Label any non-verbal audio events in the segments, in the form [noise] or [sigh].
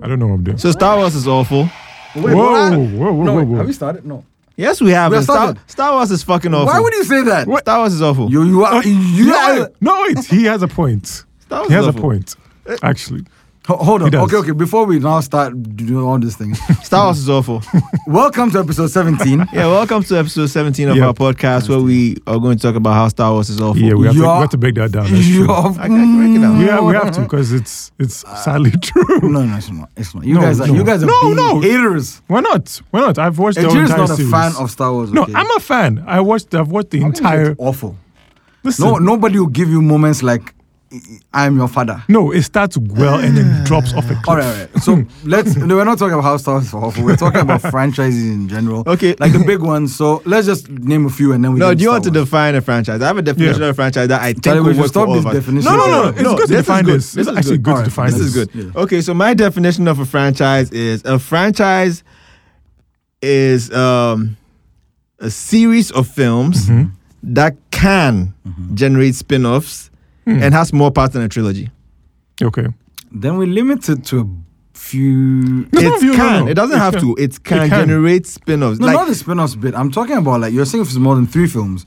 I don't know what I'm doing. So Star Wars is awful. whoa, Wait, what? whoa, whoa, whoa, No, whoa, wait, have we started? No. Yes, we have. We and Star, started. Star Wars is fucking awful. Why would you say that? What? Uh, Star Wars is awful. You you are you no, are. wait, no, wait. He has a point. Star Wars He is has a awful. point. Eh, Actually, Ho- Hold on. does. Okay, okay. Before we now start doing all these [laughs] things, Star Wars is awful. welcome to episode seventeen. yeah, welcome to episode 17 of Yep. our podcast where we are going to talk about how Star Wars is awful. yeah, we have, to, we You're- have to break that down. That's You true. are- Ah. I can break it down. We have, we have to because it's it's sadly [laughs] true. No, no, it's not. It's not. You No, guys are no. you guys are No, being no. haters. Why not? Why not? I've watched the whole Ejir's entire not a series. fan of Star Wars. no, okay? I'm a fan. I watched. I've watched the It's entire. awful. Listen, No, no, no, nobody will give you moments like I'm your father. It starts well and then drops off a cliff. All right, all [laughs] right. So let's. no, we're not talking about how Star Wars is awful. We're talking about franchises in general. Okay. like the big ones. So let's just name a few and then we. No, can do you want to Star Wars. define a franchise? I have a definition Yeah. of a franchise that I think Charlie, we will should work stop for all this of us. definition. No, no, no, No, it's good to this is define good. this. It's is actually good to Alright, define This is this. good. Okay, so my definition of a franchise is a franchise is um, a series of films Mm-hmm. that can generate spin-offs Hmm. and has more parts than a trilogy. Okay. Then we limit it to a [laughs] few. No, no, it you- no, can. no. It doesn't It have can. to. It can, It can. generate spin-offs. No, like, not the spin-offs bit. I'm talking about like you're saying if it's more than three films.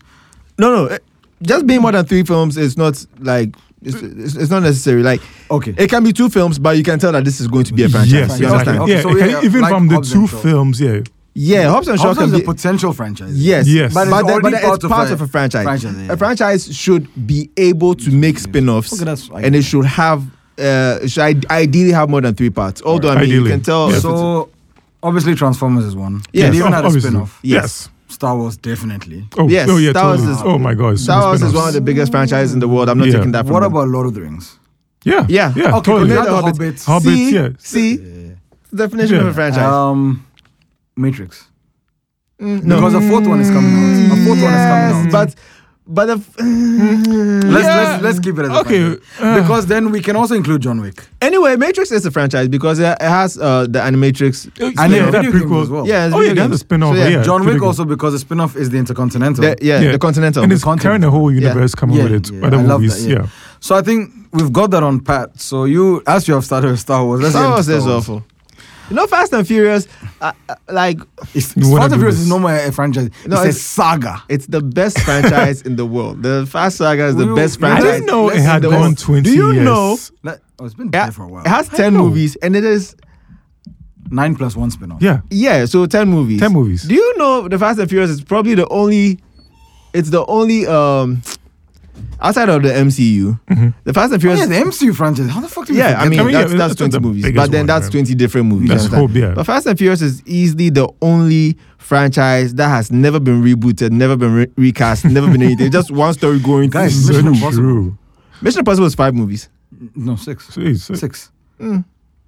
no, no. eh, Just being more than three films is not like it's, it's, it's not necessary. Like Okay. it can be two films, but you can tell that this is going to be a franchise. Yes, you Okay, exactly. understand? okay, yeah, so it yeah, can- yeah, even like from the Hobbs two and Shaw. films, yeah. Yeah, Hobbs and Shaw Also, can it's a be. potential franchise. Yes, Yes. But but, it's then- already but then part it's of part a- of a franchise. franchise, yeah. A franchise should be able to make spin-offs, Okay, that's- I and it get should have, uh, it should ide- ideally have more than three parts. Although I mean, Ideally. you can tell. Yeah. if it's- So obviously Transformers is one. Yes. They even had a Obviously. spin-off. Yes. Yes. Star Wars definitely. Oh, Yes, oh, yeah, Star Wars totally. is- oh my God. Star Wars is one of the biggest franchises in the world. I'm not Yeah. taking that. From What them. about Lord of the Rings? Yeah. Yeah. Yeah. Okay, totally. we Remember had the the Hobbits? Hobbits, see, yes. see, definition of Yeah. a franchise. Um, Matrix. Mm, no, Because a fourth one is coming out. A fourth one is coming Mm. out. But but the f- let's, Yeah. let's let's keep it as a Okay, franchise. uh, because then we can also include John Wick. anyway, Matrix is a franchise because it it has uh, the Animatrix. And yeah, then that video games prequel. as well. Yeah, it's Oh, yeah, that's video a games. spin-off, So, yeah. John video Wick game. also because the spin-off is the Intercontinental. The- yeah, the Continental. And it's Continental. carrying a whole universe coming Yeah, with it. yeah, Other I love movies. that, yeah. yeah. So I think we've got that on pat. So you, as you have started with Star Wars, let's Star get Wars into is awful. You know, Fast and Furious, uh, uh, like It's, You wanna Fast and do Furious is this. no more a franchise. No, it's, a it's- saga. it's the best franchise in the world. The Fast Saga is the We- best we- I franchise. didn't know it Let's- had let's- gone 20 Do you years. know- That- oh, it's been Yeah, dead for a while. it has I ten know. movies, and it is Nine plus one spin-off. Yeah. yeah, so ten movies. 10 movies. Do you know the Fast and Furious is probably the only? It's the only um outside of the MCU, Mm-hmm. the Fast and Oh, Furious. yeah, the MCU franchise. How the fuck do we Yeah, forget I mean, I mean, yeah, that's, that's that's 20 the movies. biggest But then one, that's yeah. 20 different movies. That's you understand? hope, yeah. But Fast and Furious is easily the only franchise that has never been rebooted, never been re- recast, never been anything. Just [laughs] one story going through. Guys, So Mission true. Impossible. Mission Impossible is five movies. No, six. Jeez, uh, Six. Mm.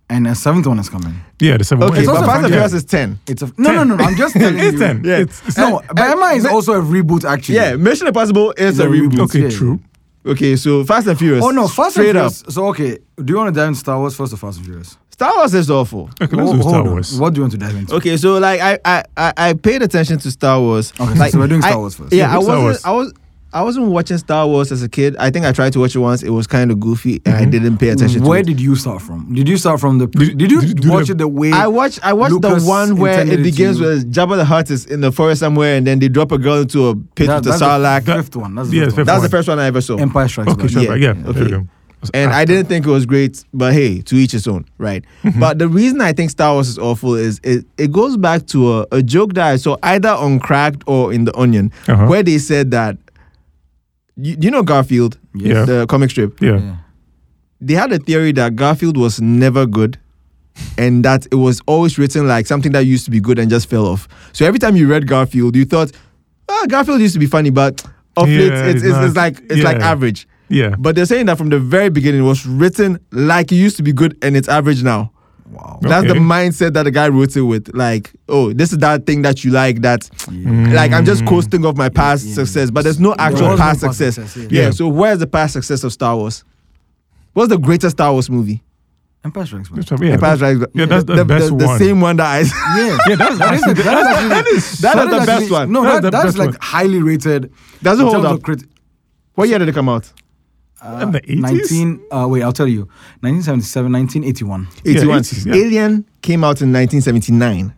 And a seventh one is coming. Yeah, the seven. Okay, it's but also Fast and fun, yeah. Furious is 10. It's a no, no, no, no. I'm just [laughs] telling It's you. ten. Yeah. It's, it's No, not. but Emma is but- also a reboot actually. Yeah, Mission Impossible is The a reboot. reboot. Okay, yeah. true. Okay, so Fast and Furious. Oh no, Fast Straight and up. Furious. So okay, do you want to dive into Star Wars first or Fast and Furious? Star Wars is awful. Okay, let's do Hold- Star hold on. Wars. What do you want to dive into? Okay, so like I I I, I paid attention to Star Wars. Okay, so- like, so we're doing Star I- Wars first. Yeah, Yeah, I Star wasn't Wars. I was I wasn't watching Star Wars as a kid. I think I tried to watch it once. It was kind of goofy, and I didn't pay attention. Mm-hmm. Where to it. did you start from? Did you start from the? Did, Did- you did you do watch the- it the way? I watched I watched Lucas the one where it intended it to begins you? with Jabba the Hutt is in the forest somewhere, and then they drop a girl into a pit That- with a that's the sarlacc. That fifth one. That's the Yeah, fifth fifth one. was the one. first one I ever saw. Empire Strikes Okay, Back. sure. Yeah, Yeah. yeah. okay. Okay. okay. and I didn't think it was great, but hey, to each his own, right? Mm-hmm. But the reason I think Star Wars is awful is it, it goes back to a, a joke that I saw either on Cracked or in The Onion, Uh-huh. where they said that you, you know Garfield, Yes. the comic strip. Yeah. Yeah. They had a theory that Garfield was never good. And that it was always written like something that used to be good and just fell off. So every time you read Garfield, you thought, "Ah, Garfield used to be funny, but of Yeah, late, it's, it's it's, not- it's like it's like yeah. average." Yeah. But they're saying that from the very beginning, it was written like it used to be good and it's average now. Wow. That's the Okay. mindset that the guy wrote it with. Like, oh, this is that thing that you like that, Yeah. like, I'm just coasting off my past success, but there's no actual was no past, past success. success, yeah. yeah. Yeah. so where's the past success of Star Wars? What's the greatest Star Wars movie? Empire Strikes Back. Yeah. Empire that's- Strikes Back. yeah, that's the best the, one. same one that I. Yeah, yeah, that's that is the- that is that actually- is the best actually- one. No, That is that, the that's best like one. highly rated. Doesn't in hold terms up. of crit- what year did it come out? Uh, In the 80s? 19, uh, wait, I'll tell you. 1977, 1981. 81. 80s, yeah. Alien came out in 1979.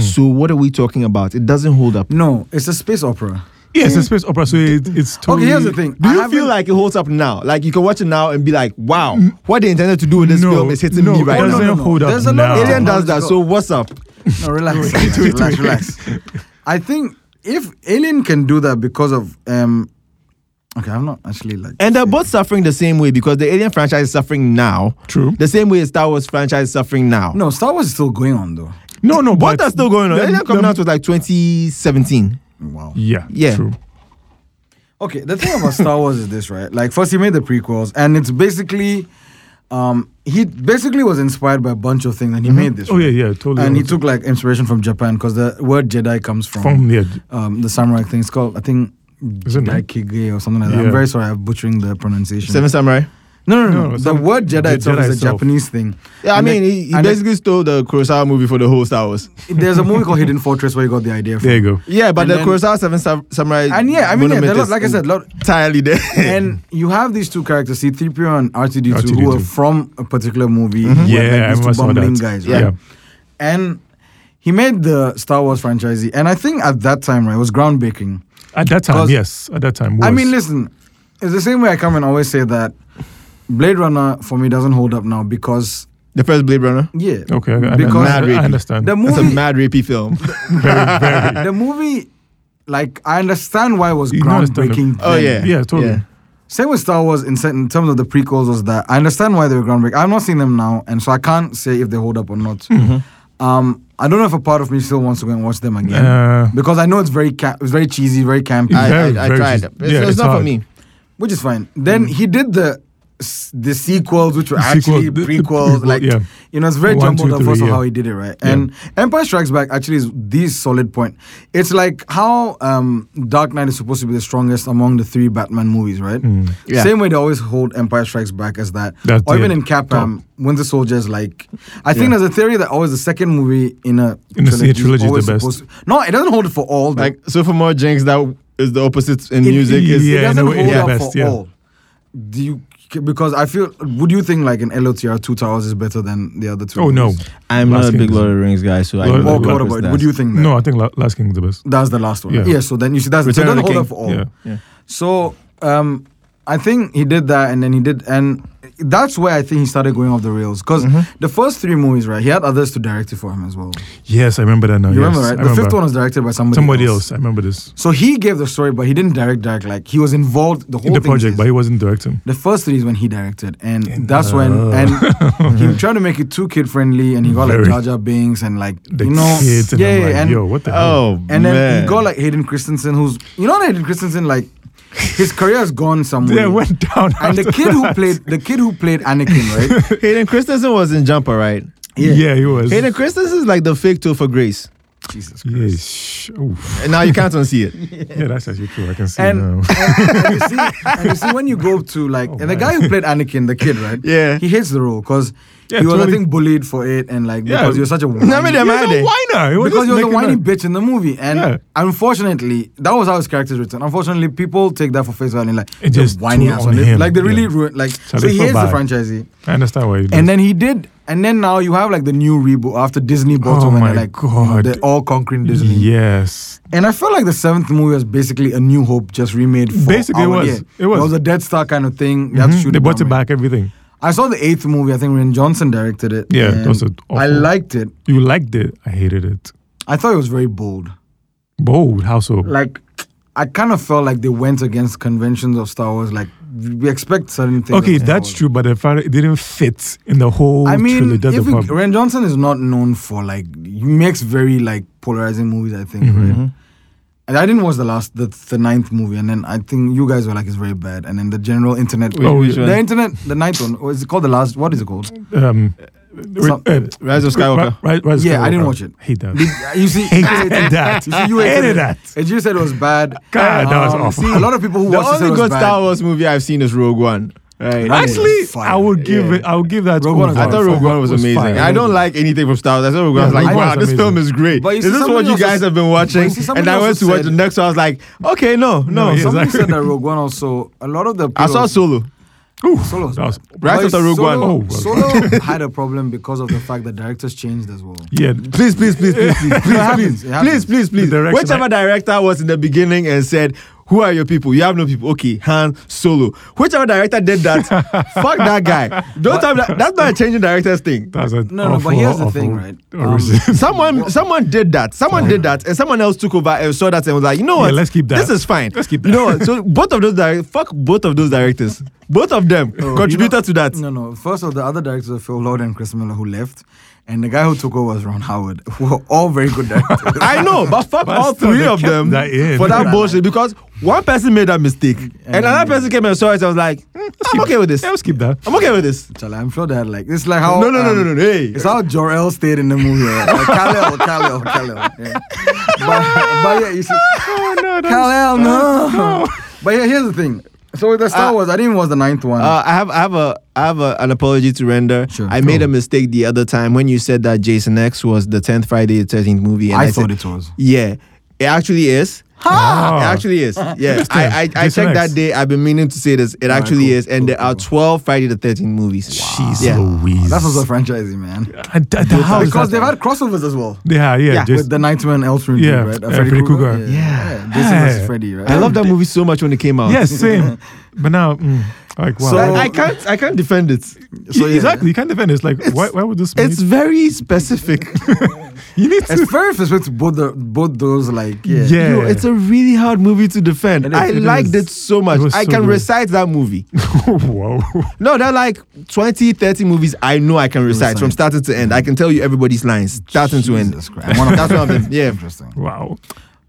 So what are we talking about? It doesn't hold up. No, it's a space opera. Yes, it's a space opera, so it, it's totally. Okay, here's the thing. Do I you haven't- Mm. feel like it holds up now? Like you can watch it now and be like, wow, what they intended to do with this No, film is hitting no, me it right doesn't now. no, no. hold up There's a lot now. of Alien does technology that. go- So what's up? [laughs] No, relax, relax, relax, relax. I think if Alien can do that because of um, okay, I'm not actually like And they're both suffering the same way because the Alien franchise is suffering now. True. The same way Star Wars franchise is suffering now. no Star Wars is still going on though. No, no, Both but are still going on. the- Alien coming the- out was like 2017. Wow. Yeah, Yeah. true. Okay, the thing about Star Wars is this, right? Like, first he made the prequels, and it's basically, um, he basically was inspired by a bunch of things, and he made this. Oh yeah, yeah, totally. And he took like inspiration from Japan because the word Jedi comes from, from yeah, um, the samurai thing. It's called, I think, Is it Jedi Kige or something like that. Yeah. I'm very sorry, I'm butchering the pronunciation. Seven Samurai. No, no, no. No, the some- word Jedi the itself Jedi is a itself. Japanese thing. Yeah, I And mean, then- he, he and then basically stole the Kurosawa movie for the whole Star Wars. there's a movie called Hidden Fortress where he got the idea from. there you go. Yeah, but And the then- Kurosawa Seven Sam- Samurai. And yeah, I mean, yeah, monument there are lot- is like I said, lot. entirely there. And you have these two characters, C-3PO and R2-D2, R2D2. who are from a particular movie. who Mm-hmm. Yeah, are I like these two remember saw Hmm? bumbling that. guys, Yeah. right? And he made the Star Wars franchise, and I think at that time, right, it was groundbreaking. At that time, Because- yes. At that time, was. I mean, listen, it's the same way I come and always say that Blade Runner for me doesn't hold up now because [laughs] the first Blade Runner. yeah, Okay, I, I, because I, Mad Reaper. I understand. the That's a movie, mad rapey [laughs] film. very, very. the movie, like I understand why it was You understand the- groundbreaking. Oh then. Yeah, yeah, totally. Same with Star Wars in, certain- in terms of the prequels was that I understand why they were groundbreaking. I'm not seeing them now, and so I can't say if they hold up or not. Um, I don't know if a part of me still wants to go and watch them again Mm-hmm. Uh, because I know it's very ca- it's very cheesy, very campy, Yeah. I, Very, I, I very tried. just- It's, it's yeah, it's not for hard. me. which is fine. Then he did the s- the sequels, which were Sequel- actually Mm. the- the prequels, prequel, like yeah. you know, it's very One, jumbled two, up first three, of how yeah. he did it, right? And Empire Strikes Back actually is the solid point. It's like how um, Dark Knight is supposed to be the strongest among the three Batman movies, right? Yeah. Same way they always hold Empire Strikes Back as that, Mm. That's or even it. in Capcom, Winter Soldier is like. I think Yeah. there's a theory that always the second movie in a In a trilogy is the always best. supposed to- no, it doesn't hold it for all. though. Like Sophomore Jinx, that is the opposite in It- music. it- is yeah. it in a doesn't way, hold yeah, up best, for yeah. all. Do you? Because I feel, would you think like an LOTR two towers is better than the other two? oh no, movies? I'm not Last a big Kings. Lord of the Rings guy, so I Lord of the don't know Rings. what Oh, what Lord was about it? that. Would you think that? no. I think La- Last King is the best. That's the last one. Yeah. Yeah. so then you see that's Return so of it the doesn't hold King. up for all. Yeah. Yeah. So um, I think he did that, and then he did, and that's where I think he started going off the rails because Mm-hmm. the first three movies, right? He had others to direct it for him as well. Yes, I remember that now. You yes, remember, right? I the remember. fifth one was directed by somebody. Somebody else. I remember this. So he gave the story, but he didn't direct. Direct like he was involved the whole In the thing is project, his. but he wasn't directing. The first three is when he directed, and that's when [laughs] and he tried to make it too kid friendly, and he got uh, Very. like Jar Jar Binks and like The you know, kids and yeah, I'm yeah, like, and, yo, what the hell? Oh, and then man. he got like Hayden Christensen, who's you know Hayden Christensen like his career has gone somewhere. Yeah, it went down. and the after kid who that. played the kid who played Anakin, [laughs] right? Hayden Christensen was in Jumper, right? [laughs] Yeah. he was. Hayden Christensen is like the fake tool for Grace, Jesus Christ. Yeah, sh- oof. and now you can't unsee [laughs] it. yeah, that's actually true. I can see And, now. and, and you see, and you see when you go to like, and the Oh, man. guy who played Anakin, the kid, right? Yeah. he hates the role because Yeah, he was, I totally. think, bullied for it, and like Yeah. because you're [laughs] such a. I mean, whiny- am He's I a there? whiner. He was because just he was a making whiny that- bitch in the movie, and Yeah. unfortunately, that was how his character is written. Unfortunately, people take that for face value, and like It the just whiny threw ass on on him, Like they really yeah. ruined. Like so, they he felt is the bad. franchisee, I understand why. He and then he did, and then now you have like the new reboot after Disney bought Oh them, my and they're, like you know, God. they're all conquering Disney. yes, And I felt like the seventh movie was basically a New Hope just remade. For Basically, it our- was. yeah. It was. It was a Dead Star kind of thing. You had to Mhm. shoot they brought down, it right? back. Everything. I saw the eighth movie. I think Ren Johnson directed it. Yeah, and those are I awful. liked it. You liked it. I hated it. I thought it was very bold. Bold. How so? like I kind of felt like they went against conventions of Star Wars. Like we expect certain things. okay, of Star that's Wars. true, but the fact it didn't fit in the whole I mean, trilogy. That's if the you, problem. Ren Johnson is not known for like he makes very like polarizing movies. I Mm-hmm. think. Right? And I didn't watch the last the, the ninth movie, and then I think you guys were like it's very bad, and then the general internet. Oh, which the one? internet, the ninth one. Or is it called the last? What is it called? um, Some- uh, Rise of Skywalker. Ri- Ri- Rise of Yeah, I didn't Skywalker. watch it. Hate that. Did- [laughs] you see, you Hated hated that. You see, you hated, Hated it. that. And you said it was bad. Um, God, that was awful. See, a lot of people who The watched it said only it was good bad. Star Wars movie I've seen is Rogue One. Right. That is Actually, fire. I would give Yeah. it. I would give that. Rogue One is over. I thought Rogue One was, It amazing. fire. I don't like anything from Star Wars. I thought Rogue One. I was Yeah, like, Rogue One wow, was this amazing. film is great. But you Is see, this what somebody you else guys is- have been but watching? you see, somebody And I else went to has watch the said- next one. I was like, okay, no, no. yeah. Somebody exactly. said that Rogue One also a lot of the I saw appeals- Solo. Ooh, Solo. that was- Rise But of the Rogue Solo, One. Oh, well. [laughs] Solo had a problem because of the fact that directors changed as well. yeah. Please, please, please, please, please, please, happens, it please, happens. please, please. [laughs] The direction Whichever I- director was in the beginning and said, "Who are your people? You have no people." Okay, Han Solo. Whichever director [laughs] did that, fuck that guy. Don't have that. That's not a changing directors thing. That's a No, no, but here's the thing, right? Um, [laughs] Someone, someone did that. Someone did that, and someone else took over and saw that and was like, "You know what? Yeah, let's keep that. This is fine. Let's keep You know what? So both of those directors, fuck both of those directors. Both of them Oh, contributed you know- to that. No, no. First of all, the other directors are Phil Lord and Chris Miller who left, and the guy who took over was Ron Howard, who were all very good directors. [laughs] I know, but fuck But all still, three they of kept them that in. Mm. for that Yeah. bullshit because one person made that mistake and, another person came and saw it. I was like, "Mm, I'm okay with this. Yeah, Oh, let's keep [laughs] that. I'm okay with this. Charlie, I'm sure they had like it's like how No, no, no, um, no, no, no. Hey, It's how Jor-El stayed in the movie. Right? Like, Kal-El, Kal-El, Kal-El. Yeah. But, but yeah, you see, Oh, no, that's- Kal-El, no. But yeah, here's the thing. So with the Star Uh, Wars, I didn't was the ninth one. Uh, I have, I have a, I have a, an apology to render. Sure. I made a mistake the other time when you said that Jason X was the tenth Friday the Thirteenth movie. And I, I said, thought it was. Yeah, it actually is. Ah. It actually [laughs] is. Yeah, Interesting. I, I, I Jason checked X. that day. I've been meaning to say this. It Alright, actually cool, is, and cool, there are cool. twelve Friday the Thirteenth movies. Jeez Yeah. Louise. That's also a franchisee, man. I, that, that, how is because that? they've had crossovers as well. Yeah, yeah, Yeah. just with the Nightmare and Elf Room, Yeah, right? uh, Freddy Krueger. Yeah. Jason Yeah. versus Freddy, right? I love that movie so much when it came [laughs] out. yes, [laughs] same. but now, mm, like wow, So Like, I can't I can't defend it. So, yeah. exactly. You can't defend it. It's like why, why would this? It's It's very specific. you need to. It's very respect to both the both those like [laughs] yeah. Yeah. Yo, it's a really hard movie to defend. It is, I it liked is. it so much. It was I so can good. recite that [laughs] movie. [laughs] Whoa. No, there are like 20, 30 movies I know I can recite Recite. from starting to end. I can tell you everybody's lines, starting to end. Jesus Christ. One of- That's one of them. Yeah. [laughs] Interesting. Wow.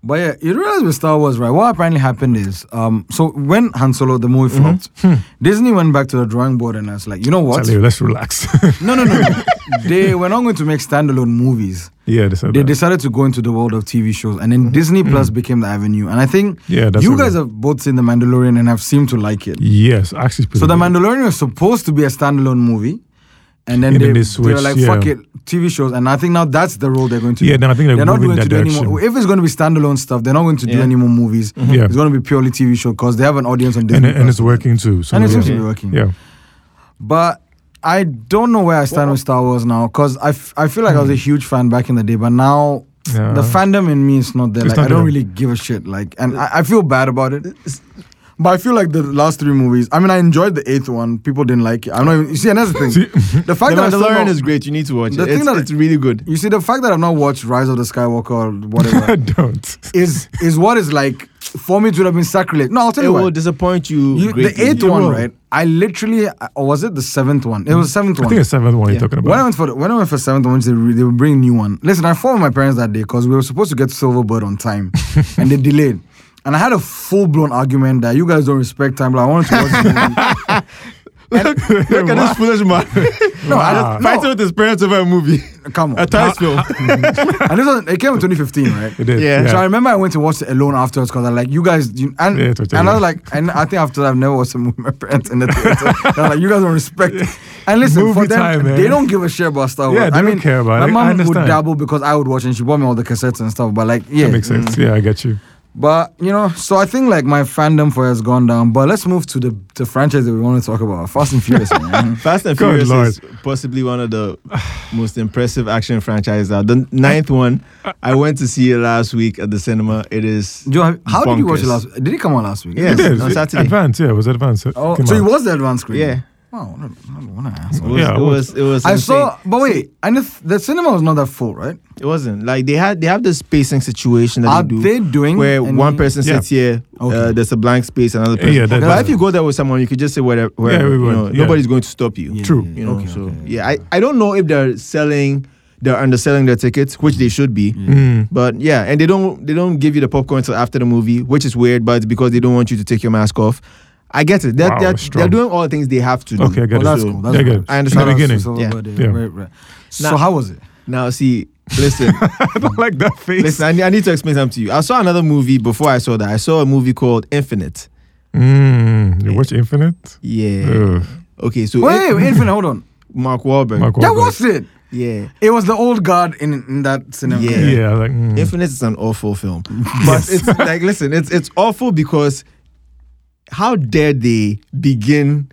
But yeah, you realize with Star Wars, right? What apparently happened is, um, so when Han Solo the movie Mm-hmm. flopped, Hmm. Disney went back to the drawing board and was like, you know what? Tell you, let's relax. No, no, no. no. they were not going to make standalone movies. [laughs] yeah, they said They that. decided to go into the world of TV shows, and then Disney Plus became the avenue. And I think Mm-hmm. Yeah, that's you what guys it- have both seen The Mandalorian and have seemed to like it. Yes, actually. So The Mandalorian was supposed to be a standalone movie, and then And then they, they they were switched, like, yeah. "Fuck it, TV shows." And I think now that's the role they're going to. Yeah, do. then I think they're not moving going to that do any more. direction. Mhm. If it's going to be standalone stuff, they're not going to do Yeah. any more movies. Yeah. It's going to be purely TV show because they have an audience on and, Disney. and it's Plus. working too. So And it yeah. seems to be working. Yeah. But I don't know where I stand with Star Wars now because I, f- I feel like I was a huge fan back in the day, but now. Hmm. Yeah. The fandom in me is not there. It's like not I don't there. really give a shit. Like, and I, I feel bad about it. But I feel like the last three movies. I mean, I enjoyed the eighth one. People didn't like it. I'm not. Even, you see, and [laughs] that's the thing. the The fact that I still Mandalorian not- is great. You need to watch The it. thing It's, that- it's really good. You see, the fact that I've not watched Rise of the Skywalker or [laughs] [laughs] whatever don't. is is what is like for me. It would have been sacrilege. No, I'll tell It you will what. disappoint you. You- the greatly. eighth You one, will. [laughs] right? I literally, or was it the seventh one? It was seventh I one. think it's seventh one Yeah. you're talking When I about. went for the, when I went for seventh one, they, re- they would bring new one. Listen, I phoned my parents that day because we were supposed to get Silverbird [laughs] on time, and they delayed. And I had a full blown argument that you guys don't respect time. But I wanted to watch the movie. [laughs] Look at this foolish man. [laughs] [laughs] No, I Wow. don't, Fighting with his parents over a movie. no, come [laughs] on. A tourist film. and this was, it came in 2015, right? It is. Yeah. Yeah. So I remember I went to watch it alone afterwards because I like you guys you, and Yeah, totally. and I was like and I think after that I've never watched a movie with my parents in the theater. [laughs] They're like you guys don't [laughs] respect it. And listen for Movie them time, man. they don't give a shit about Star Wars. Yeah, they I don't mean, care about my it. I mom would understand. dabble because I would watch and she bought me all the cassettes and stuff. But like yeah, That makes sense. Yeah, I get you. but you know so I think like my fandom for it has gone down. But let's move to the the franchise that we want to talk about, Fast and Furious. [laughs] man. Fast and Good Furious Lord. is possibly one of the most impressive action franchises out. The ninth one, I went to see it last week at the cinema. It is Joe, have- how did you watch it Bonkers. last? Did it come out last week? Yeah. It is. on It- Saturday. Advanced. Yeah, it was advanced. It Oh, came so [laughs] it out. was the advanced screen. yeah. Wow, what, a- what, a- what an It asshole. was, Yeah, it was it was I insane. saw, but wait, and if the cinema was not that full, right? it wasn't like they had they have the spacing situation that Are they do they doing where any- one person Yeah. sits here, uh, Okay. there's a blank space, another person. yeah, that- but that's- if you go there with someone, you could just say wherever. wherever we you would, know, yeah. Nobody's going to stop you. Yeah, True. yeah, yeah. You know, Okay, so okay, yeah, I, I don't know if they're selling they're underselling their tickets, which they should be. Mm. But yeah, and they don't they don't give you the popcorn until after the movie, which is weird, but it's because they don't want you to take your mask off. I get it. They're, Wow, they're, strong. they're doing all the things they have to do. Okay, I get Well, it. that's So- cool. That's Yeah, cool. good. I understand. In the Shout out to beginning. Silver Yeah. Bird, Yeah. Right, right. So Now- how was it? Now see, [laughs] listen, I don't like that face. listen, I need, I need to explain something to you. I saw another movie before I saw that. I saw a movie called Infinite. Mm, you watch Infinite? Yeah. Ugh. Okay, so Wait, In- wait, Infinite, hold on. Mark Wahlberg. Mark that Wahlberg. was it. Yeah. It was the old guard in, in that cinema. Yeah. Yeah, I was like mm. Infinite is an [laughs] awful film. But Yes. it's like listen, it's it's awful because how dare they begin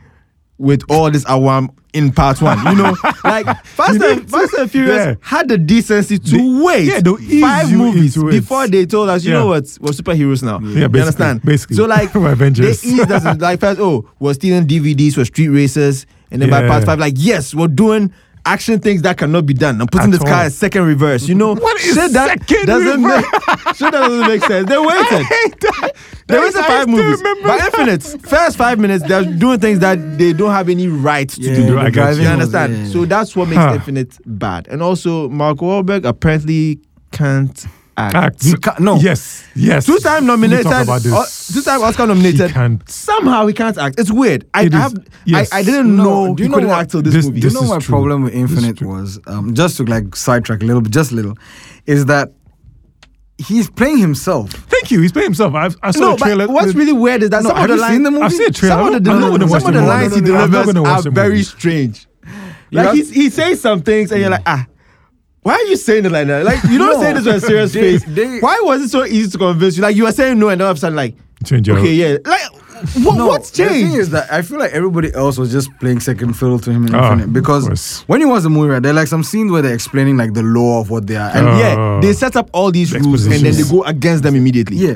with all this awam in part one. You [laughs] know, like Fast, and, Fast and Furious Yeah. had the decency to They- wait yeah, they'll ease five you movies into it. before they told us, you Yeah. know what, we're superheroes now. Yeah, you basically, understand? basically. So [laughs] like We're Avengers. they eased us into, like first, oh, we're stealing DVDs, we're street racers, and then by Yeah. part five, like yes, we're doing action things that cannot be done. I'm putting At this car all. in second reverse. You know What is shit second doesn't reverse? Make, shit that doesn't make sense. [laughs] They waited. They That waited is- I five still movies. remember By that. infinite. First five minutes, they're doing things that they don't have any right to Yeah, do. do, I the got you. You Yeah. understand? was- yeah, So that's what makes Huh. Infinite bad. And also, Mark Wahlberg apparently can't act. Act. He can't- no. Yes. Yes. Two-time nominated, We talk about this. uh, two-time Oscar nominated. He can't. Somehow he can't act. It's weird. I, It I is- have, yes. I, I didn't No, know do he you know couldn't what- act till this, this- movie. this- you know is my true. problem with This is Infinite true. was um, just to like sidetrack a little bit, just a little, is that he's playing himself. Thank you. He's playing himself. I've, I saw no, the trailer. but what's The- really weird is that No, some of have the you seen lines the movie? I've seen a trailer. Some of the, I'm not gonna some watch of the the movie. lines he I'm not delivers gonna watch are the very movie. strange. You have- Like he's, he says some things and you're like, ah, why are you saying it like that? Like you don't No. say this with a serious They- face. they- why was it so easy to convince you? Like you were saying no, and then all of a sudden like, Change your- okay, yeah, like what, No, what's The thing changed? is that I feel like everybody else was just playing second fiddle to him in Ah, Infinite of because course. when he was the movie, right, there are like some scenes where they're explaining like the law of what they are. And Ah. yeah, they set up all these The rules and then they expositions. go against them [laughs] immediately. yeah,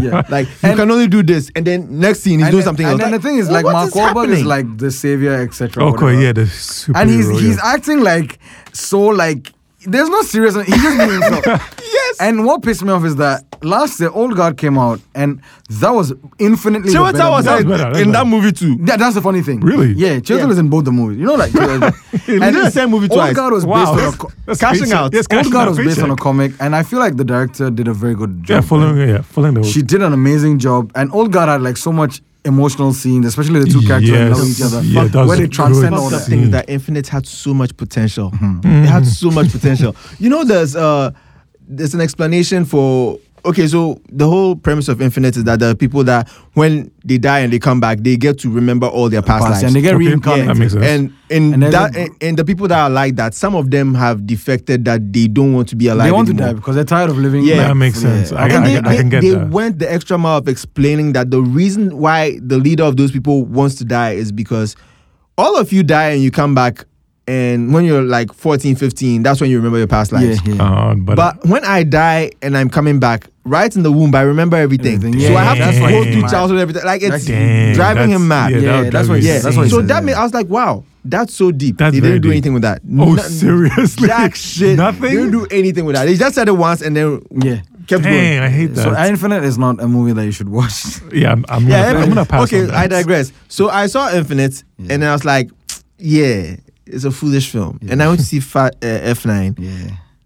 yeah. Like you can only do this, and then next scene he's and doing then- something and else. then the thing is, like what Mark is Wahlberg is happening? like the savior, etc. Okay, yeah, the superhero. and he's he's yeah. acting like so like there's no serious. He's just being [laughs] himself. yes, And what pissed me off is that last year Old Guard came out and that was infinitely. the Chiwetel better was That movie. was better, that was in that better. movie too. Yeah, that's the funny thing. Really? Yeah, Chiwetel Yeah. was in both the movies. You know, [laughs] like and did the same movie twice. Old Guard was Wow. based on a That's- co- [laughs] that's Cashing paycheck. Out. Yes, Old cashing out, Guard was based on a paycheck. comic, and I feel like the director did a very good job. Yeah, following. Yeah, following the. She did an amazing job, and Old Guard had like so much emotional scenes, especially the two characters Yes. loving each other, Yeah, that where was they a transcend good all One of that. the things Mm. that Infinite had so much potential. Mm-hmm. It had so much [laughs] potential. You know, there's uh, there's an explanation for. Okay, so the whole premise of Infinite is that the people that when they die and they come back, they get to remember all their past, Past, lives. and they get Okay, reincarnated. that makes sense. And in And there's that, a- and, and the people that are like that, some of them have defected that they don't want to be alive. They want anymore. to die because they're tired of living. Yeah. like, That makes sense. I- And I- they, I can they- get they that. went the extra mile of explaining that the reason why the leader of those people wants to die is because all of you die and you come back and when you're like 14 15 that's when you remember your past yeah, lives yeah. Uh, but, but when i die and i'm coming back right in the womb i remember everything, Everything. so Yeah, i have that's to why go he's through mad. childhood and everything like it's That's- Damn, driving that's- him mad Yeah, Yeah, that would that's drive what he you said. yeah that's what he insane. so said, that yeah. means i was like wow that's so deep That's they very didn't do deep. anything with that Oh, No- seriously? jack shit Nothing? they didn't do anything with that they just said it once and then yeah. kept going Dang, I hate that. So Infinite is not a movie that you should watch. yeah, I'm, I'm, Yeah, gonna, Infinite- I'm gonna pass. okay, on that. I digress. So I saw Infinite, Yeah. and I was like, yeah, it's a foolish film. And I went to see fa- uh, F9, Yeah.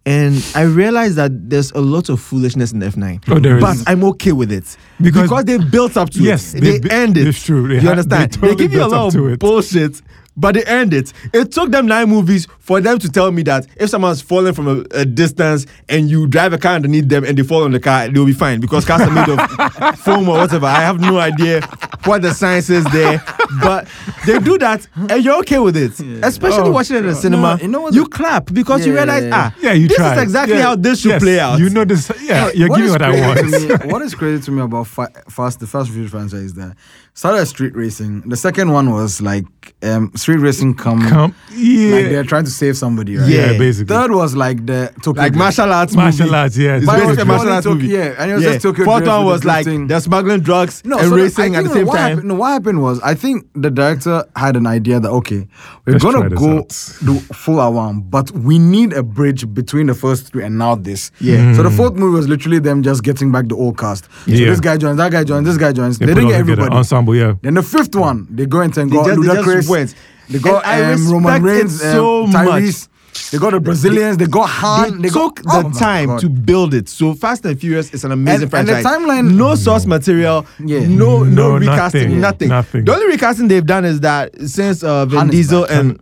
and I realized that there's a lot of foolishness in F9. Oh, there but is. I'm okay with it because, Because- they built up to Yes, it. they They, bu- end it. it's true. They you ha- understand? they totally give you a built up lot to of it. bullshit, but they end it. It took them nine movies for them to tell me that if someone's falling from a, a distance and you drive a car underneath them and they fall on the car, they'll be fine because cars are [laughs] made of foam or whatever. I have no idea what the science is there, but they do that and you're okay with it. Especially Oh, watching it in the God. cinema, No, you know what you the- clap because you Yeah, realize, yeah, ah, Yeah, you this tried. is exactly Yeah. how this should Yes, play out. You know this. Yeah, you're What giving is what I crazy want. to [laughs] me- what is crazy to me about fi- Fast the Fast and Furious franchise is that started as street racing. The second one was like um, street racing come, Come, like yeah, they're trying to save somebody, right? yeah, Yeah. basically. Third was like the Tokyo like Drift. martial arts Martial movie. arts, yeah, it's it's basically basically a Tokyo- martial arts Tokyo- movie yeah, and it was just Tokyo fourth Drift one with was the like drifting. they're smuggling drugs and so the- I racing at the think same what time happened- no, what happened was I think the director had an idea that okay, we're Let's gonna try this go out. do full awam, but we need a bridge between the first three and now this. Yeah. So the fourth movie was literally them just getting back the old cast. So Mm. Yeah. this guy joins, that guy joins, this guy joins. They, put didn't all get together, everybody. Ensemble, yeah. Then the fifth one, they go and thank They God just- they just Ludacris. went. They got And I um, Roman respect it Reigns, um, so much. Tyrese. They got the Brazilians. They got Han. they, They, got- took oh the my time God. to build it so fast and furious is an amazing And- and the franchise timeline- no source material Yeah. no no, No, recasting nothing. nothing. Nothing. the only recasting they've done is that since uh, Vin Han is Diesel back. and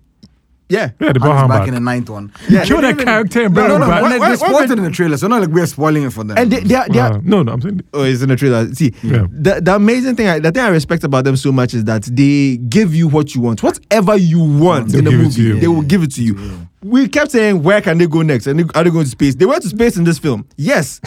yeah yeah, they Han brought is him back, in the back. ninth one. Yeah. Kill that character and bring no, him no, no. back. when Why- they- why- they why- spoiled it in the trailer, so not like we're spoiling it for them. and they, they are, they are Wow. No, no, I'm saying Oh, it's in the trailer. See, Yeah. the, the amazing thing, I, the thing I respect about them so much is that they give you what you want, whatever you want They'll in a give it to movie, you. they will give it to you. we kept saying, where can they go next? And they- are they going to space? They went to space in this film. [laughs] Yes.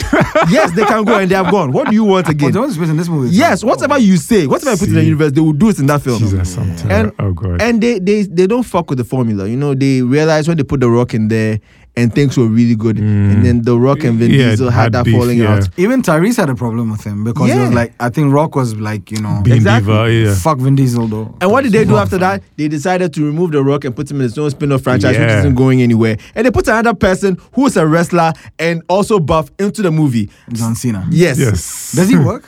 yes, they can go and they have gone. What do you want But again? the only space in this movie. is- Yes, whatever you say, whatever you put in the See. universe, they will do it in that film. Jesus, something. And- oh God. And they, they they don't fuck with the formula. You know, they realize when they put the rock in there and things were really good. And then the rock and Vin Mm. Yeah, Diesel had had that beef, falling yeah. out. Even Tyrese had a problem with him because he was Yeah. like, I think Rock was like, you know, Being exactly. diva, yeah. fuck Vin Diesel though. And what did they do after that? They decided to remove The Rock and put him in his own spin-off franchise, which Yeah. isn't going anywhere. And they put another person who is a wrestler and also buff into the movie. John Cena. Yes. yes. Does he work?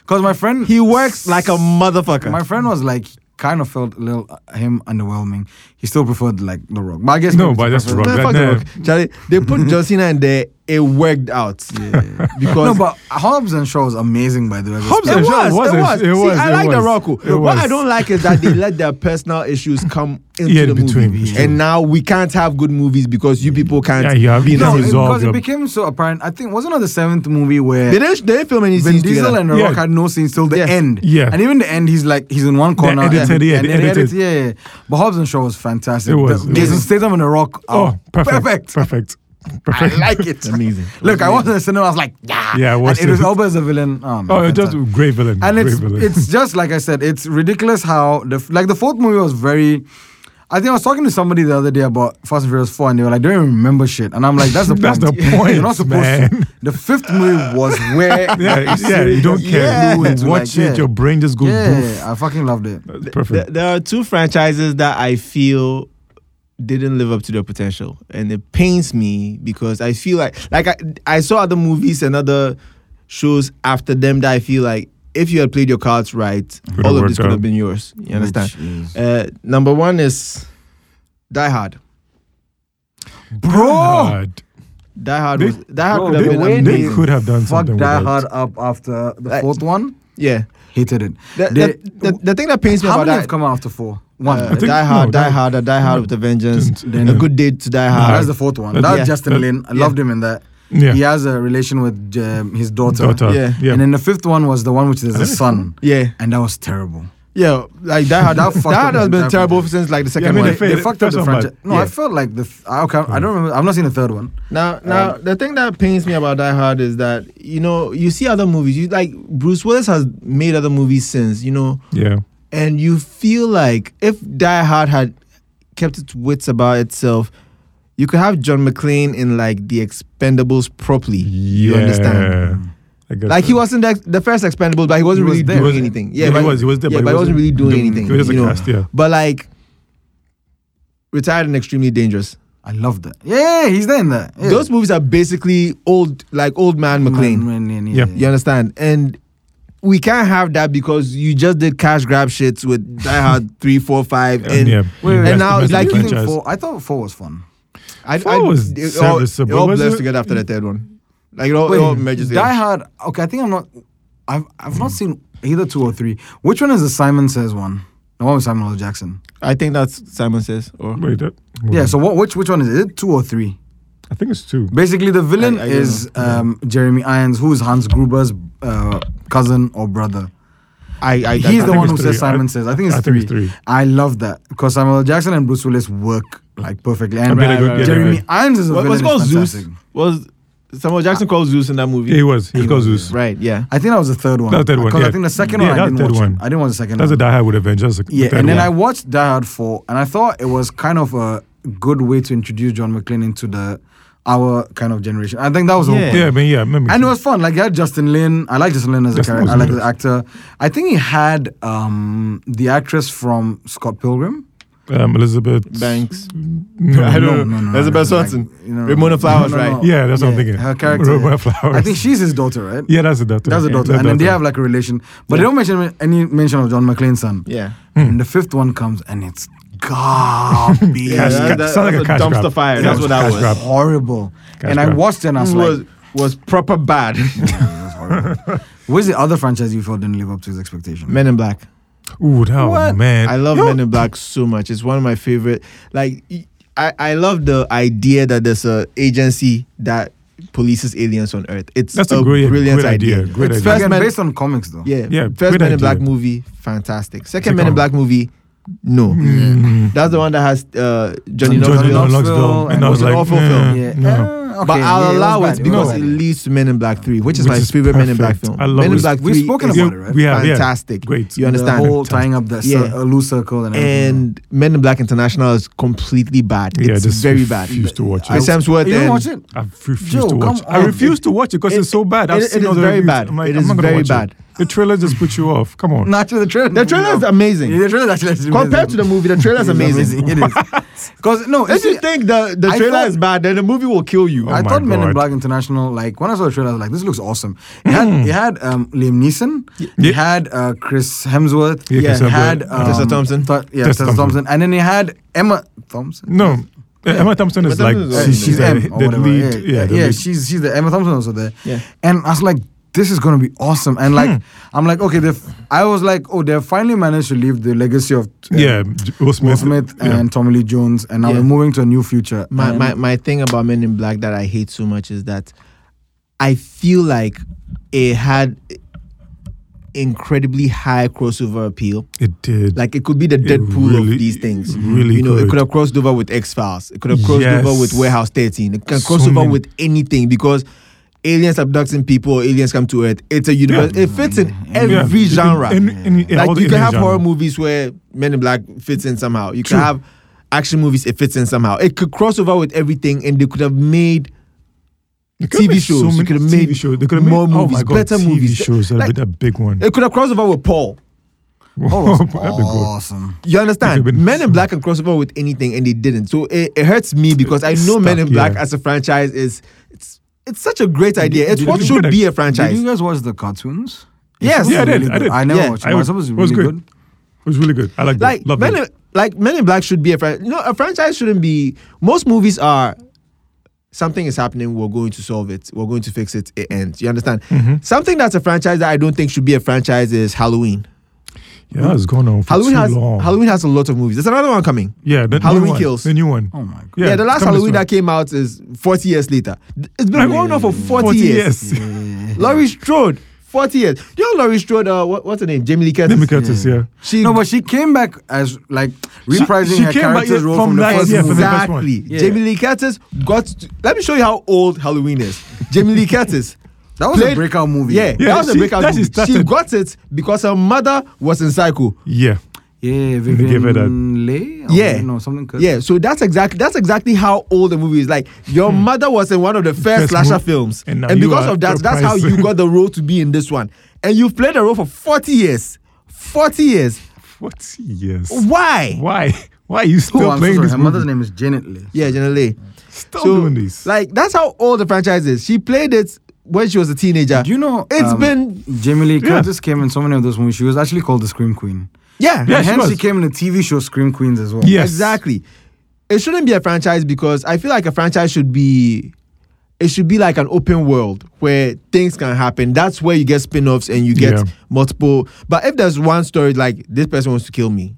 Because my friend, He works like a motherfucker. my friend was like, kind of felt a little uh, him underwhelming. He still preferred like The Rock, but I guess No, maybe but he that's preferred- Rock. Man, that fuck The name. Rock. Charlie, they [laughs] put John Cena in there, it worked out. No, [laughs] Because but Hobbs and Shaw was amazing by the way. Hobbs It and- Shaw. Sure, was, it was, it it sh- it was. See, was, I it like the was, Rocco. it What I was. don't like is [laughs] that they let their personal issues come into Yeah, in the between, movie, for sure. and now we can't have good movies because you people can't. Yeah, you have- be in No, the No, That's it- movie. resolved, because yeah. it became so apparent. I think wasn't it the seventh movie where They didn't, they didn't film any Vin scenes Diesel together. and The Rock Yeah. had no scenes till the Yeah. end. Yeah. And even the end, he's like he's in one corner. edited, and, yeah, and they then they edited. edit- yeah, yeah. But Hobbs and Shaw was fantastic. It was, The, it Jason was. Statham and The Rock. Oh, Are perfect. perfect. Perfect. Perfect. I like [laughs] it. Amazing. Look, I watched it in the cinema. I was like, yeah. Yeah, I watched and it was it. Elba as a villain. Oh, man, Oh, you're just fantastic. a great villain. and great it's villain. [laughs] it's just like I said, it's ridiculous how the f- like the fourth movie was very. I think I was talking to somebody the other day about Fast and Furious Four, and they were like, "Don't even remember shit," and I'm like, "That's the [laughs] That's point. the point, [laughs] You're not supposed to." man. [laughs] The fifth movie was where [laughs] yeah, the yeah, you series don't care. flew you into, watch like, it, yeah. your brain just goes yeah, I fucking loved it. boof. That's There, perfect. there are two franchises that I feel didn't live up to their potential, and it pains me because I feel like like I, I saw other movies and other shows after them that I feel like if you had played your cards right, Would've all of this worked could have out. been yours. You understand? Which is- Uh, number one is Die Hard. bro? God. Die Hard They- was Die Hard bro, could they, have been way amazing. they could have done Fuck something with Die it. Hard up after the Like- fourth one. Yeah. Hated it. The, They- the, the, the thing that pains me how about many that have come out after four? One. uh, think- Die Hard, no, Die that- Hard, or Die Hard with a Vengeance, Didn't- A Good Day to Die No, Hard. That's the fourth one. That- That's yeah. Justin That- Lin. I yeah. loved him in that. Yeah. He has a relation with um, his daughter. Daughter. Yeah. Yeah. And then the fifth one was the one which there's a think- son. yeah. And that was terrible. Yeah, like Die [laughs] Hard. That that, fucked up Hard has the been entire terrible franchise. since like the second I mean, one. the fa- They fucked up first the one franchise. bad. No, I Yeah. felt like the. Th- I- okay, I don't remember. I've not seen the third one. now, now Um, the thing that pains me about Die Hard is that you know you see other movies. You like Bruce Willis has made other movies since you know, Yeah. and you feel like if Die Hard had kept its wits about itself, you could have John McClane in like the Expendables properly. You understand? I guess Like so. he wasn't the, the first Expendables, but he wasn't He was really there. doing He was- anything. Yeah, he but was- he was there, yeah, but he but he wasn't wasn't really doing doing- anything. he was a you know? cast, yeah. But like, retired and extremely dangerous. I loved that. Yeah, he's there in that. Yeah. Those movies are basically old, like old man McLean. Man, man, Yeah. yeah. You understand? And we can't have that because you just did cash grab shits with Die [laughs] Hard three, four, five, And, and yeah. wait, you wait, guys now made it's the like Even you franchise. four, I thought four was fun. I, Four was it all, it serviceable, all was blurs it? together after the third one. Like it all, Wait, it all merges Die together. Hard. Okay, I think I'm not. I've I've not seen either two or three. Which one is the Simon Says one? The one with Samuel L. Jackson. I think that's Simon says. Or Wait, that, Yeah. So what? Which which one is it? Two or three? I think it's two. Basically, the villain I- I don't is um, Jeremy Irons, who is Hans Gruber's uh, cousin or brother. I, I, I He's the think one who it's says three. I- Simon Says. I think it's I three. think it's three. I love that because Samuel L. Jackson and Bruce Willis work like perfectly. And I mean, like, right, yeah, Jeremy yeah, Irons is a What, was villain. called is Zeus? fantastic. Was Samuel Jackson called Zeus in that movie? yeah, he was. He was called was, Zeus. Right. Yeah. I think that was the third one. That was the third one, Because I yeah. think the second Yeah, one I that didn't third watch. one. It. I didn't watch the second That's a one. Die Hard with a Vengeance. the Yeah, third and then one. I watched Die Hard 4, and I thought it was kind of a good way to introduce John McClane into the our kind of generation. I think that was the whole Yeah. point. Yeah, I mean, yeah, I remember. And it was fun. Like, you had Justin Lin. I like Justin Lin as a Justin character. I was like good. the actor. I think he had um, the actress from Scott Pilgrim. um, Elizabeth Banks. No, [laughs] I No, don't no, no, know. That's no, about no, like, Swanson. you know, Ramona Flowers, no, no, no. right? Yeah, that's what I'm Yeah, thinking. her character, Ramona yeah. Flowers. I think she's his daughter, right? Yeah, that's the daughter. That's the Yeah, daughter. that's and then they daughter. have like a relation. But they don't mention any mention of John McClane's son. Yeah. Hmm. And the fifth one comes and it's garbage. [laughs] Cash Yeah, grab. that- Sounds like that's a a cash dumpster grab. fire. Yeah, That's it what that cash was. grab. horrible. Cash and I grab. watched it and I was, was like, was proper bad. [laughs] "That's horrible." Where's the other franchise you felt didn't live up to his expectation? Men in Black. Ooh, that What? man. I love You know, Men in Black so much. It's one of my favorite. Like, y- I I love the idea that there's a agency that polices aliens on Earth. It's That's a, a great, brilliant great idea. idea. Great It's idea. first Again, Men- based on comics though. Yeah, Yeah, First great Men in idea. Black movie, fantastic. Second Second Men in one. Black movie, No. Mm. That's the one that has uh, Johnny Johnny Knoxville. Knoxville. Knoxville, and and I was was an like, awful nah, film. yeah. nah. Uh, okay, but I'll yeah, allow was it bad, because was it bad. leads to Men in Black 3, which is Which my is favorite Men in Black perfect. film. I love Men in it. Black 3 We've spoken is about it, right? We have, yeah. fantastic. Great. You The understand? The whole tying up that cir- Yeah. a loose circle Mm-hmm. and everything. and Men in Black International is completely bad. Yeah, it's just very bad. refuse to watch it. With Sam Sword you didn't and- watch it? I refuse Joe, to watch. come I on. refuse to watch it because It- it's so bad. I've it- it seen is all the very reviews. bad. I'm like, It I'm is not gonna very watch bad. It. The trailer just puts you off. Come on. Not to the trailer. The trailer is Yeah, amazing. the trailer is actually Compared to the movie, the trailer [laughs] is amazing. [laughs] Because no, you If see, you think the, the I trailer thought- is bad, then the movie will kill you. Um, Oh I my thought Men in God. Black International, like when I saw the trailer, I was like, this looks awesome. It had, it had um, Liam Neeson, Hmm. Yeah. it had uh, Chris Hemsworth, Yeah, Chris it had Hemsworth. um, Tessa Thompson. Th- yeah, Tessa Tessa Thompson. and then it had Emma Thompson. No, Uh, Emma Thompson is Emma like Thompson is she- she's, awesome. She's the, M or the whatever. lead. Yeah, yeah, the lead. she's she's the Emma Thompson also there. Yeah. And I was like, this is gonna be awesome. And like, Hmm. I'm like, okay, they've, I was like, oh, they've finally managed to leave the legacy of uh, yeah, Will Smith, Will Smith yeah. and Tommy Lee Jones, and now Yeah. we're moving to a new future. Um, My, And- my, my thing about Men in Black that I hate so much is that I feel like it had incredibly high crossover appeal. it did. Like it could be the Deadpool really- of these things. it really you know, it could. could have crossed over with X Files. It could have crossed Yes. over with Warehouse 13. It can So cross over many- with anything because aliens abducting people, aliens come to Earth. It's a universe. It fits in Yeah. every genre. In- in- in- yeah, all like the you can Indian have horror genre. movies where Men in Black fits in somehow. You True. can have action movies. It fits in somehow. It could cross over with everything, and they could have made. They could've TV made shows. so You many could've TV made shows. They could've more made, movies, oh my God, better TV movies. Shows. That'd Like- be a big one. It could have crossed over with Paul. Oh, [laughs] it was That'd be good. awesome. You understand? Okay, but- Men in Black can cross over with anything, and they didn't. So it, it hurts me because I know It's Men stuck, in Black yeah. as a franchise is it's it's such a great idea. It's did what you should get a- be a Did franchise. you guys watch the cartoons? Yes. It was Yeah, I did, really I good. did. I never Yeah. watched I it. but I would- thought it was it was really good. good. It was really good. I liked Like it. Loved Men, it. in, like Men in Black should be a franchise. No, a franchise shouldn't be. Most movies are something is happening. We're going to solve it. We're going to fix it. It ends. You understand? Mm-hmm. Something that's a franchise that I don't think should be a franchise is Halloween. Yeah, it's gone on for Halloween too has long. Halloween has a lot of movies. There's another one coming. Yeah, the Halloween new one, Kills. The new one. Oh my god. Yeah, Yeah, the last come this Halloween one. that came out is 40 years later. It's been I going mean, on for 40, years. [laughs] Laurie Strode, 40 years. You know Laurie Strode, uh, what, what's her name? Jamie Lee Curtis. Let me cut this. Yeah. She, No, but she came back as like reprising she her came back, character's yeah, role from from, the that- first yeah, from movie. the first one. exactly. Yeah. Jamie Lee Curtis got. To, let me show you how old Halloween is. Jamie Lee Curtis. [laughs] That was played- a breakout movie. Yeah, Yeah, that was she- a breakout that she movie. She started- got it because her mother was in Psycho. Yeah. yeah. give her that. Vivian Leigh. or Yeah. no, something. Good. Yeah, so that's exactly that's exactly how old the movie is. Like your mother was in one [laughs] of the first Hmm. First slasher movie. films, And and, now you because are of that, that's how surprised. you [laughs] got the role to be in this one. And you've played the role for forty years. Forty years. What? Yes. Why? Oh, Why? Why are you still Oh, I'm so playing sorry. this Her movie? mother's name is Janet Leigh. Yeah, generally. Still So doing this. like that's how old the franchise is. She played it when she was a teenager. Do you know? It's It's been- Jamie Lee Yeah. Curtis came in so many of those movies. She was actually called the Scream Queen. yeah, Yeah, and she hence she was. came in the TV show Scream Queens as well. Yes. exactly. It shouldn't be a franchise because I feel like a franchise should be. It should be like an open world where things can happen. That's where you get spin-offs and you get Yeah. multiple. But if there's one story like this person wants to kill me,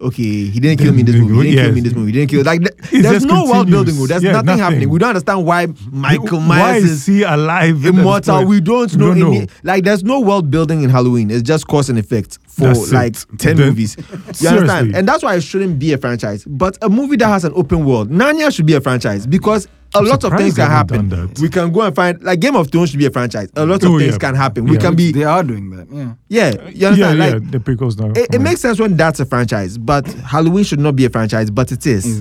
okay, he didn't kill me in this Then movie. He didn't kill yes. me in this movie. He didn't kill. Like th- It there's just no world continues. building. There's Yeah, nothing, nothing. happening. We don't understand why Michael Why Myers is is he alive? in immortal. this We point? don't We know any. Like there's no world building in Halloween. It's just cause and effect for That's like it. ten Then- movies. You Seriously. understand? And that's why it shouldn't be a franchise. But a movie that has an open world, Narnia should be a franchise because. A I'm lot of things surprised they can haven't done happen. that. We can go and find like Game of Thrones should be a franchise. A lot of Oh, things yeah. can happen. We Yeah. can be They are doing that. Yeah. yeah. You yeah, understand? yeah. Like the prequels now. it, it makes sense when that's a franchise, but Halloween should not be a franchise, but it is. Is-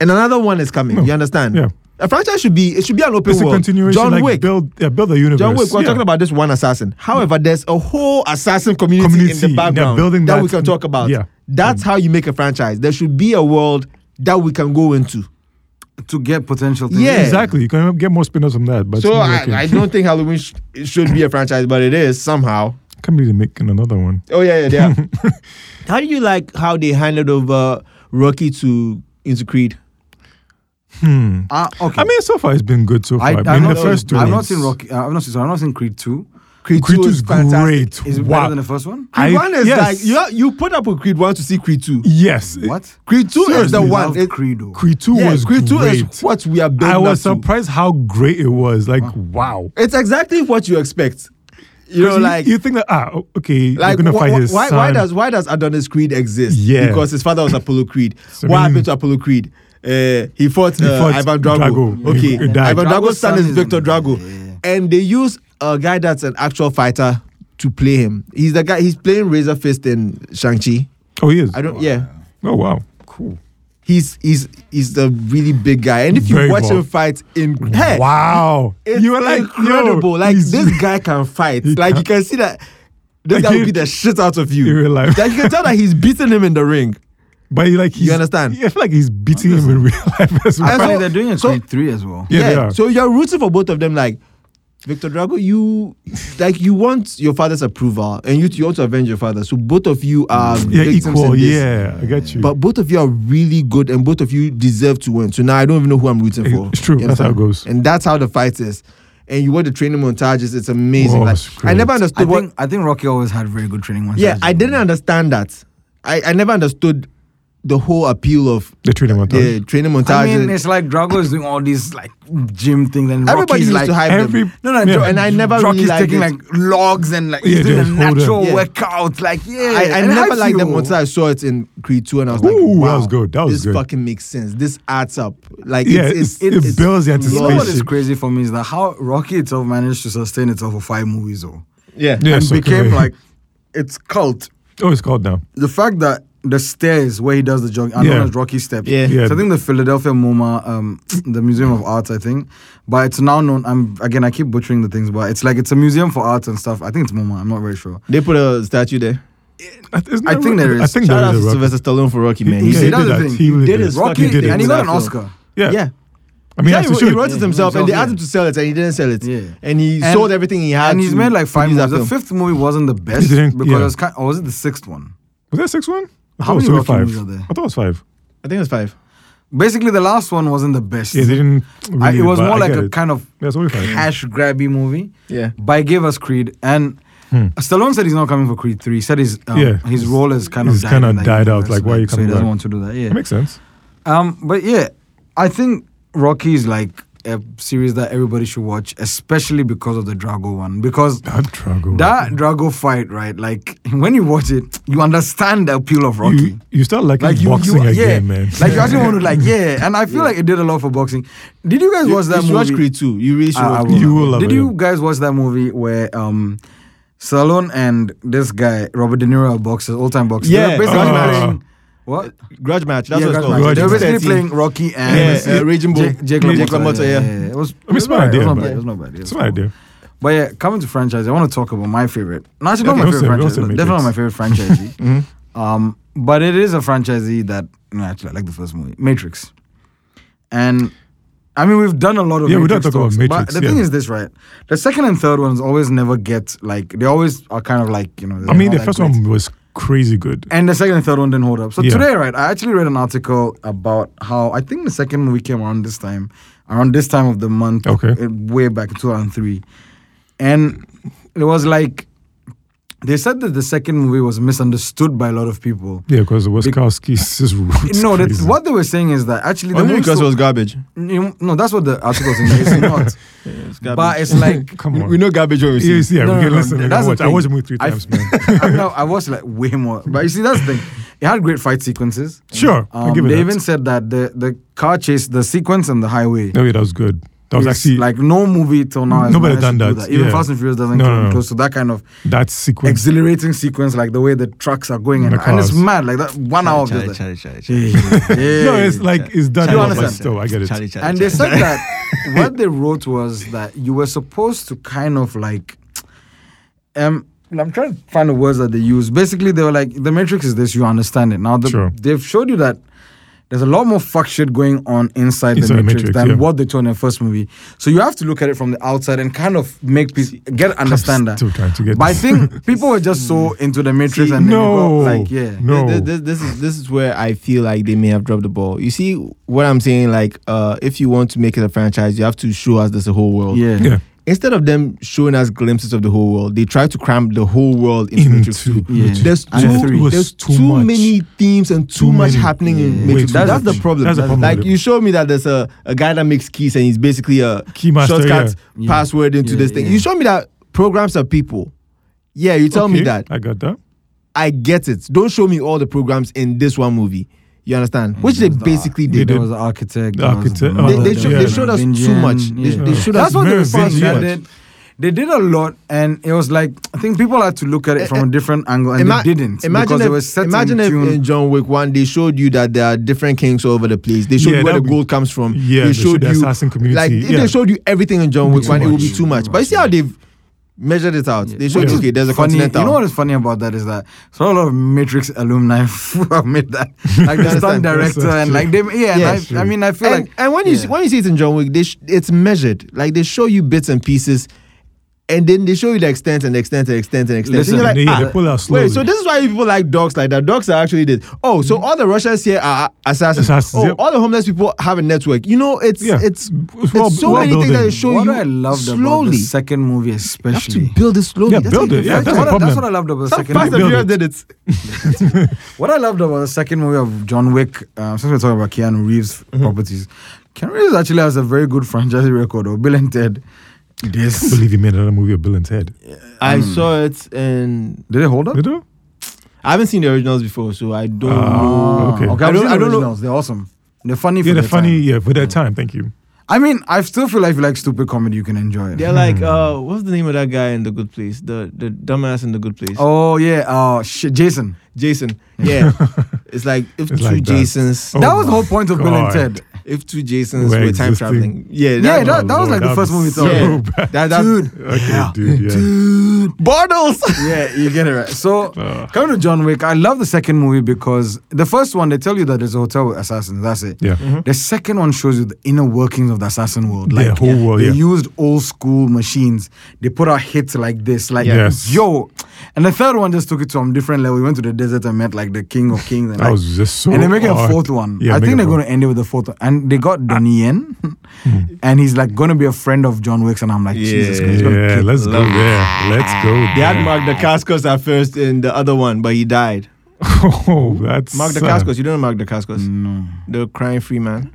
And another one is coming. No. You understand? Yeah. A franchise should be it should be an open It's a world. continuation. John like, Wick. Build, yeah, build a universe. John Wick, we're yeah. talking about this one assassin. However, there's a whole assassin community, Community, in the they're background building that, that- we can talk about. yeah. That's how you make a franchise. There should be a world that we can go into. To get potential things. Yeah. Exactly. You can get more spin-offs from that. But so no, I, okay. I don't think Halloween sh- it should be a franchise, but it is somehow. can't believe they're making another one. Oh yeah, yeah, yeah. [laughs] how do you like how they handed over Rocky to into Creed? Hmm. Ah, okay. I mean, so far it's been good so far. I, I, mean, I've the not, first two. I've not ones. seen Rocky. Uh, I've not seen. Sorry, I've not seen Creed two. Creed, Creed 2 two is is fantastic. great. Is it wow. better than the first one? Creed I- one is yes. like you, you put up with Creed one to see Creed two. Yes. it- What? Creed two is the Seriously. one. Loved It- Creed. oh. Creed 2 yeah, was Creed two great. is what we are building. I was up to. surprised how great it was. Like, wow. It's exactly what you expect. you know, you, like you think that ah o- okay, like you're gonna wh- fight wh- his why, son. why does why does Adonis Creed exist? Yeah. because his father was Apollo Creed. [laughs] So what I mean- happened to Apollo Creed? Uh, he fought, uh, fought Ivan Drago. Drago. Okay, He died. Ivan Drago's son is Victor Drago, Yeah, yeah. and they use a guy that's an actual fighter to play him. He's the guy. He's playing Razor Fist in Shang Chi. oh he is. I don't. Yeah, oh wow, cool. he's he's he's the really big guy, and if you Very watch him involved. fight in hey, wow, It's you were like incredible. Yo, like he's- this guy [laughs] can fight. He like can- you can see that this guy Like, will he- [laughs] beat the shit out of in you. real life. Like you can tell that he's beating him in the ring. but he, like he's, understand? Yeah, I feel like he's beating him in real [laughs] life as well. That's Apparently, all- they're doing a so- so, three as well. Yeah, they are. So you're rooting for both of them. Like Victor Drago, you like you want your father's approval, and you, you want to avenge your father. So both of you are yeah, victims in equal. this. Yeah, I get you. But both of you are really good, and both of you deserve to win. So now I don't even know who I'm rooting for. It's true. You That's how it understand? goes. And that's how the fight is. And you watch the training montages; it's amazing. Whoa, like, it's I great. never I understood what think I think Rocky always had very good training. once he Yeah, was I young. didn't understand that. I, I never understood the whole appeal of They treat him on the training montage. I mean, it's like Drago is doing all these like gym things, and Everybody Rocky's used like to hype every them. no, no, yeah. Dra- and I never really Rocky's liked taking it. like logs and like Yeah, he's doing a just hold them. natural Yeah. workout. Like yeah, I, I and it never helps liked them you. until I saw it in Creed 2 and I was like, Ooh, that wow, was good. That was this good. fucking makes sense. This adds up. Like, Yeah, it's, it's, it- it it's builds the flawless. You know what is Spaceship. crazy for me is that how Rocky itself managed to sustain itself for five movies though, Yeah. Yeah, and so became can I. like its cult. [laughs] Oh, it's called down. The fact that the stairs where he does the jogging, I Yeah. know it's Rocky steps. Yeah. Yeah. So I think the Philadelphia MoMA, um, the Museum of Arts, I think, but it's now known. I'm again, I keep butchering the things, but it's like it's a museum for arts and stuff. I think it's MoMA. I'm not very sure. They put a statue there. I think I think there I is. think Shout there out is to a rock. Sylvester Stallone for Rocky, man. He- He, yeah, said, he did that. He really did did. his Rocky, fucking thing. and he got an Exactly. Oscar. Yeah. yeah. I mean, yeah, as he, he he should. wrote it himself, and they Yeah. asked him to sell it, and he didn't sell it. Yeah. And he And- sold everything he had. and he's to made like five produce that movies. The film. fifth movie [laughs] wasn't the best He didn't- because yeah. it was kind. Or was it the sixth one? Was that six one? I How thought it many was Rocky five. movies are there? I thought it was five. I think it was five. Basically, the last one wasn't the best. Yeah, they didn't. I, Really, it was but more I like get a it. kind of Yeah, it's only five. yeah. cash grabby movie. Yeah. But it gave us Creed, and Stallone said he's not coming for Creed three. He said his um, Hmm. Yeah. his role is kind He's of kinda in that died out, universe, like, why are you so coming he doesn't back? want to do that. Yeah. That makes sense. Um, but yeah, I think Rocky is like a series that everybody should watch, especially because of the Drago one. Because That Drago. that Drago fight, right? Like [laughs] when you watch it, you understand the appeal of Rocky. You, you start liking like you, boxing you, again, yeah. man. Like you actually want [laughs] to, like, yeah. And I feel like it did a lot for boxing. Did you guys watch that you should movie? Ah, watch Creed 2. You really should I- I watch will. You will love Did it, you yeah. guys watch that movie where um, Stallone and this guy Robert De Niro are boxers, all-time boxers? Yeah. they were basically Oh. playing. What? Grudge match. That's yeah, what it's Grudge called. Match. They were Grudge basically 13. playing Rocky and Yeah, uh, Raging Bull. Jake, Jake, Jake LaMotta, LaMotta, yeah. It was. I mean, it's it was my alright, idea, It was not but- bad. It was not bad. yeah, it It's was my cool. idea. But yeah, coming to franchise, I want to talk about my favorite. No, actually, not Okay. Don't my favorite say- don't franchise. say Definitely not my favorite [laughs] franchisee. Mhm. Mm-hmm. Um, but it is a franchisee that no, actually I like the first movie, Matrix. And I mean, we've done a lot of Yeah, we Matrix don't talk about talks, Matrix, But the yeah. thing is this, right? The second and third ones always never get like they always are kind of like you know. I they're mean, not the that first great. one was crazy good. And the second and third one didn't hold up. So Yeah. today, right, I actually read an article about how I think the second movie came around this time, around this time of the month, Okay. uh, way back in 2003. And it was like, they said that the second movie was misunderstood by a lot of people. Yeah, because the Waskowski's is no, that's, what they were saying is that actually the Only movie because it was garbage. no, that's what the article was saying. that [laughs] It's not, It's but it's like Come on. we know garbage when we see. Yes, yeah, No, we no, can no, listen. th- I that's the watched- I thing. watched the movie three I- times, man. [laughs] I, know, I watched like way more. But you see, that's the thing. It had great fight sequences. Sure, I'll Um, give it they that. even said that the, the car chase, the sequence on the highway. No, yeah, that was good. That was is actually like no movie till now. has Nobody done managed to do that, Even yeah. Fast and Furious doesn't No, come no, no. close to that kind of that sequence. exhilarating sequence, like the way the trucks are going and, The and it's cars. mad. Like that one hour of just that. Yeah. [laughs] No, it's like it's done. You well, but understand? still, I get it. and they said that [laughs] what they wrote was that you were supposed to kind of like um I'm trying to find the words that they use. Basically, they were like, "The Matrix is this. You understand it now." The, Sure. They've showed you that there's a lot more fuck shit going on Inside inside, the the Matrix, Matrix, than yeah. what they told in the first movie. So you have to look at it from the outside and kind of make peace, get understand that. still trying to get But I this. [laughs] think people were just so into the Matrix and then they got, No, like yeah, no. This, this, this is this is where I feel like they may have dropped the ball. You see what I'm saying? Like, uh, if you want to make it a franchise, you have to show us this whole world. yeah. Yeah, Instead of them showing us glimpses of the whole world, they try to cram the whole world into, Matrix into 2. Yeah. Matrix. There's And too, three was there's too, too much. many themes and too, Too much many. happening Yeah. in Way Matrix. too That's much. the problem. That's the problem Like with it. you show me that there's a, a guy that makes keys and he's basically a Keymaster, shortcut yeah. Yeah. password into Yeah, this thing. yeah. You show me that programs are people. Yeah, you tell me Okay, that. I got that. I get it. Don't show me all the programs in this one movie. You understand? Which they There was the- basically They did. did. There was the architect. The there was architect- mother, oh, They, they, yeah. sho- they showed us too Indian, much. They, yeah. they showed Yeah. us That's what they Very were fast. vintage. They did, they did a lot, and it was like I think people had to look at it from a different angle, and Eh, Ima- they didn't Imagine because if, it was set imagine in if tune. in John Wick one they showed you that there are different kings all over the place. They showed Yeah, you where the that'd be- gold comes from. Yeah, they they showed showed the you assassin community, Like if yeah. they showed you everything in John Wick too one, it would be much. too much. But you see how they've measured it out. They showed Yeah. okay, there's a funny, continental. You know what is funny about that is that so a lot of Matrix alumni [laughs] who have [laughs] made that, like the stunt Understand. director That's and true. like them. Yeah, and Yeah, I- true. I, mean, I feel and, like and when you yeah. see, when you see it in John Wick, they sh- it's measured. Like they show you bits and pieces, and then they show you the extent and extent and extent and extent. Listen, and Yeah, you're like, they, yeah, "Ah, they pull out slowly. Mm. Wait, so this is why people like dogs like that. Dogs are actually this. Oh, so all the Russians here are assassins. Assassins, oh, yep. all the homeless people have a network. You know, it's Yeah. it's It's well- it's so well many things that building. they show what you I loved about slowly. the second movie, you have especially. to build it slowly. Yeah, That's how build you it. do Yeah, it. that's the what I- problem. what I loved about the Some second Fast and movie. build Furious it. did it. What I loved about the second movie of John Wick, um, since we're talking about Keanu Reeves properties, Keanu Reeves actually has a very good franchise record. Or Bill and Ted, I [laughs] this believe you made another movie of Bill and Ted. I Mm. saw it, and did it hold up? Did you? I haven't seen the originals before, so I don't know. Ah, okay. okay. I I've don't- seen I don't the know- originals. They're awesome. They're funny. Yeah, for the their funny. time. Yeah, for that time. Thank you. I mean, I still feel like if you like stupid comedy, you can enjoy it. They're Hmm. like, uh, what's the name of that guy in the Good Place? The the dumbass in the Good Place. Oh yeah, uh, shit, Jason. [laughs] Jason. Yeah, it's like if It's two like that. Jasons, Oh that was the my whole point of Bill and God. Ted. if two Jasons We're were time existing. traveling. Yeah, Yeah, that, that, that was like the Lord, first movie. that So. was yeah. so bad. that, that dude. Okay, yeah. dude. Yeah. Dude. Bartles. yeah, you get it right. So Uh. coming to John Wick, I love the second movie because the first one they tell you that there's a hotel with assassins. That's it. Yeah. The second one shows you the inner workings of the assassin world. Yeah, whole world, They yeah. used old school machines. They put out hits like this, like Yes. yo. And the third one just took it to a different level. We went to the desert and met like the king of kings. And, That like, was just so. and they're making odd. a fourth one. Yeah, I make think a they're fourth. Ah. Hmm. going to end it with the fourth one. And they got Donnie Yen, and he's like going to be a friend of John Wick's. And I'm like, Jesus Yeah. Christ. he's gonna Yeah, kill- let's go Love. there. Let's go. [laughs] They had there. Mark Dacascos at first in the other one, but he died. [laughs] Oh, that's Mark sad. Dacascos, you don't know Mark Dacascos, Hmm. No. the crime free man.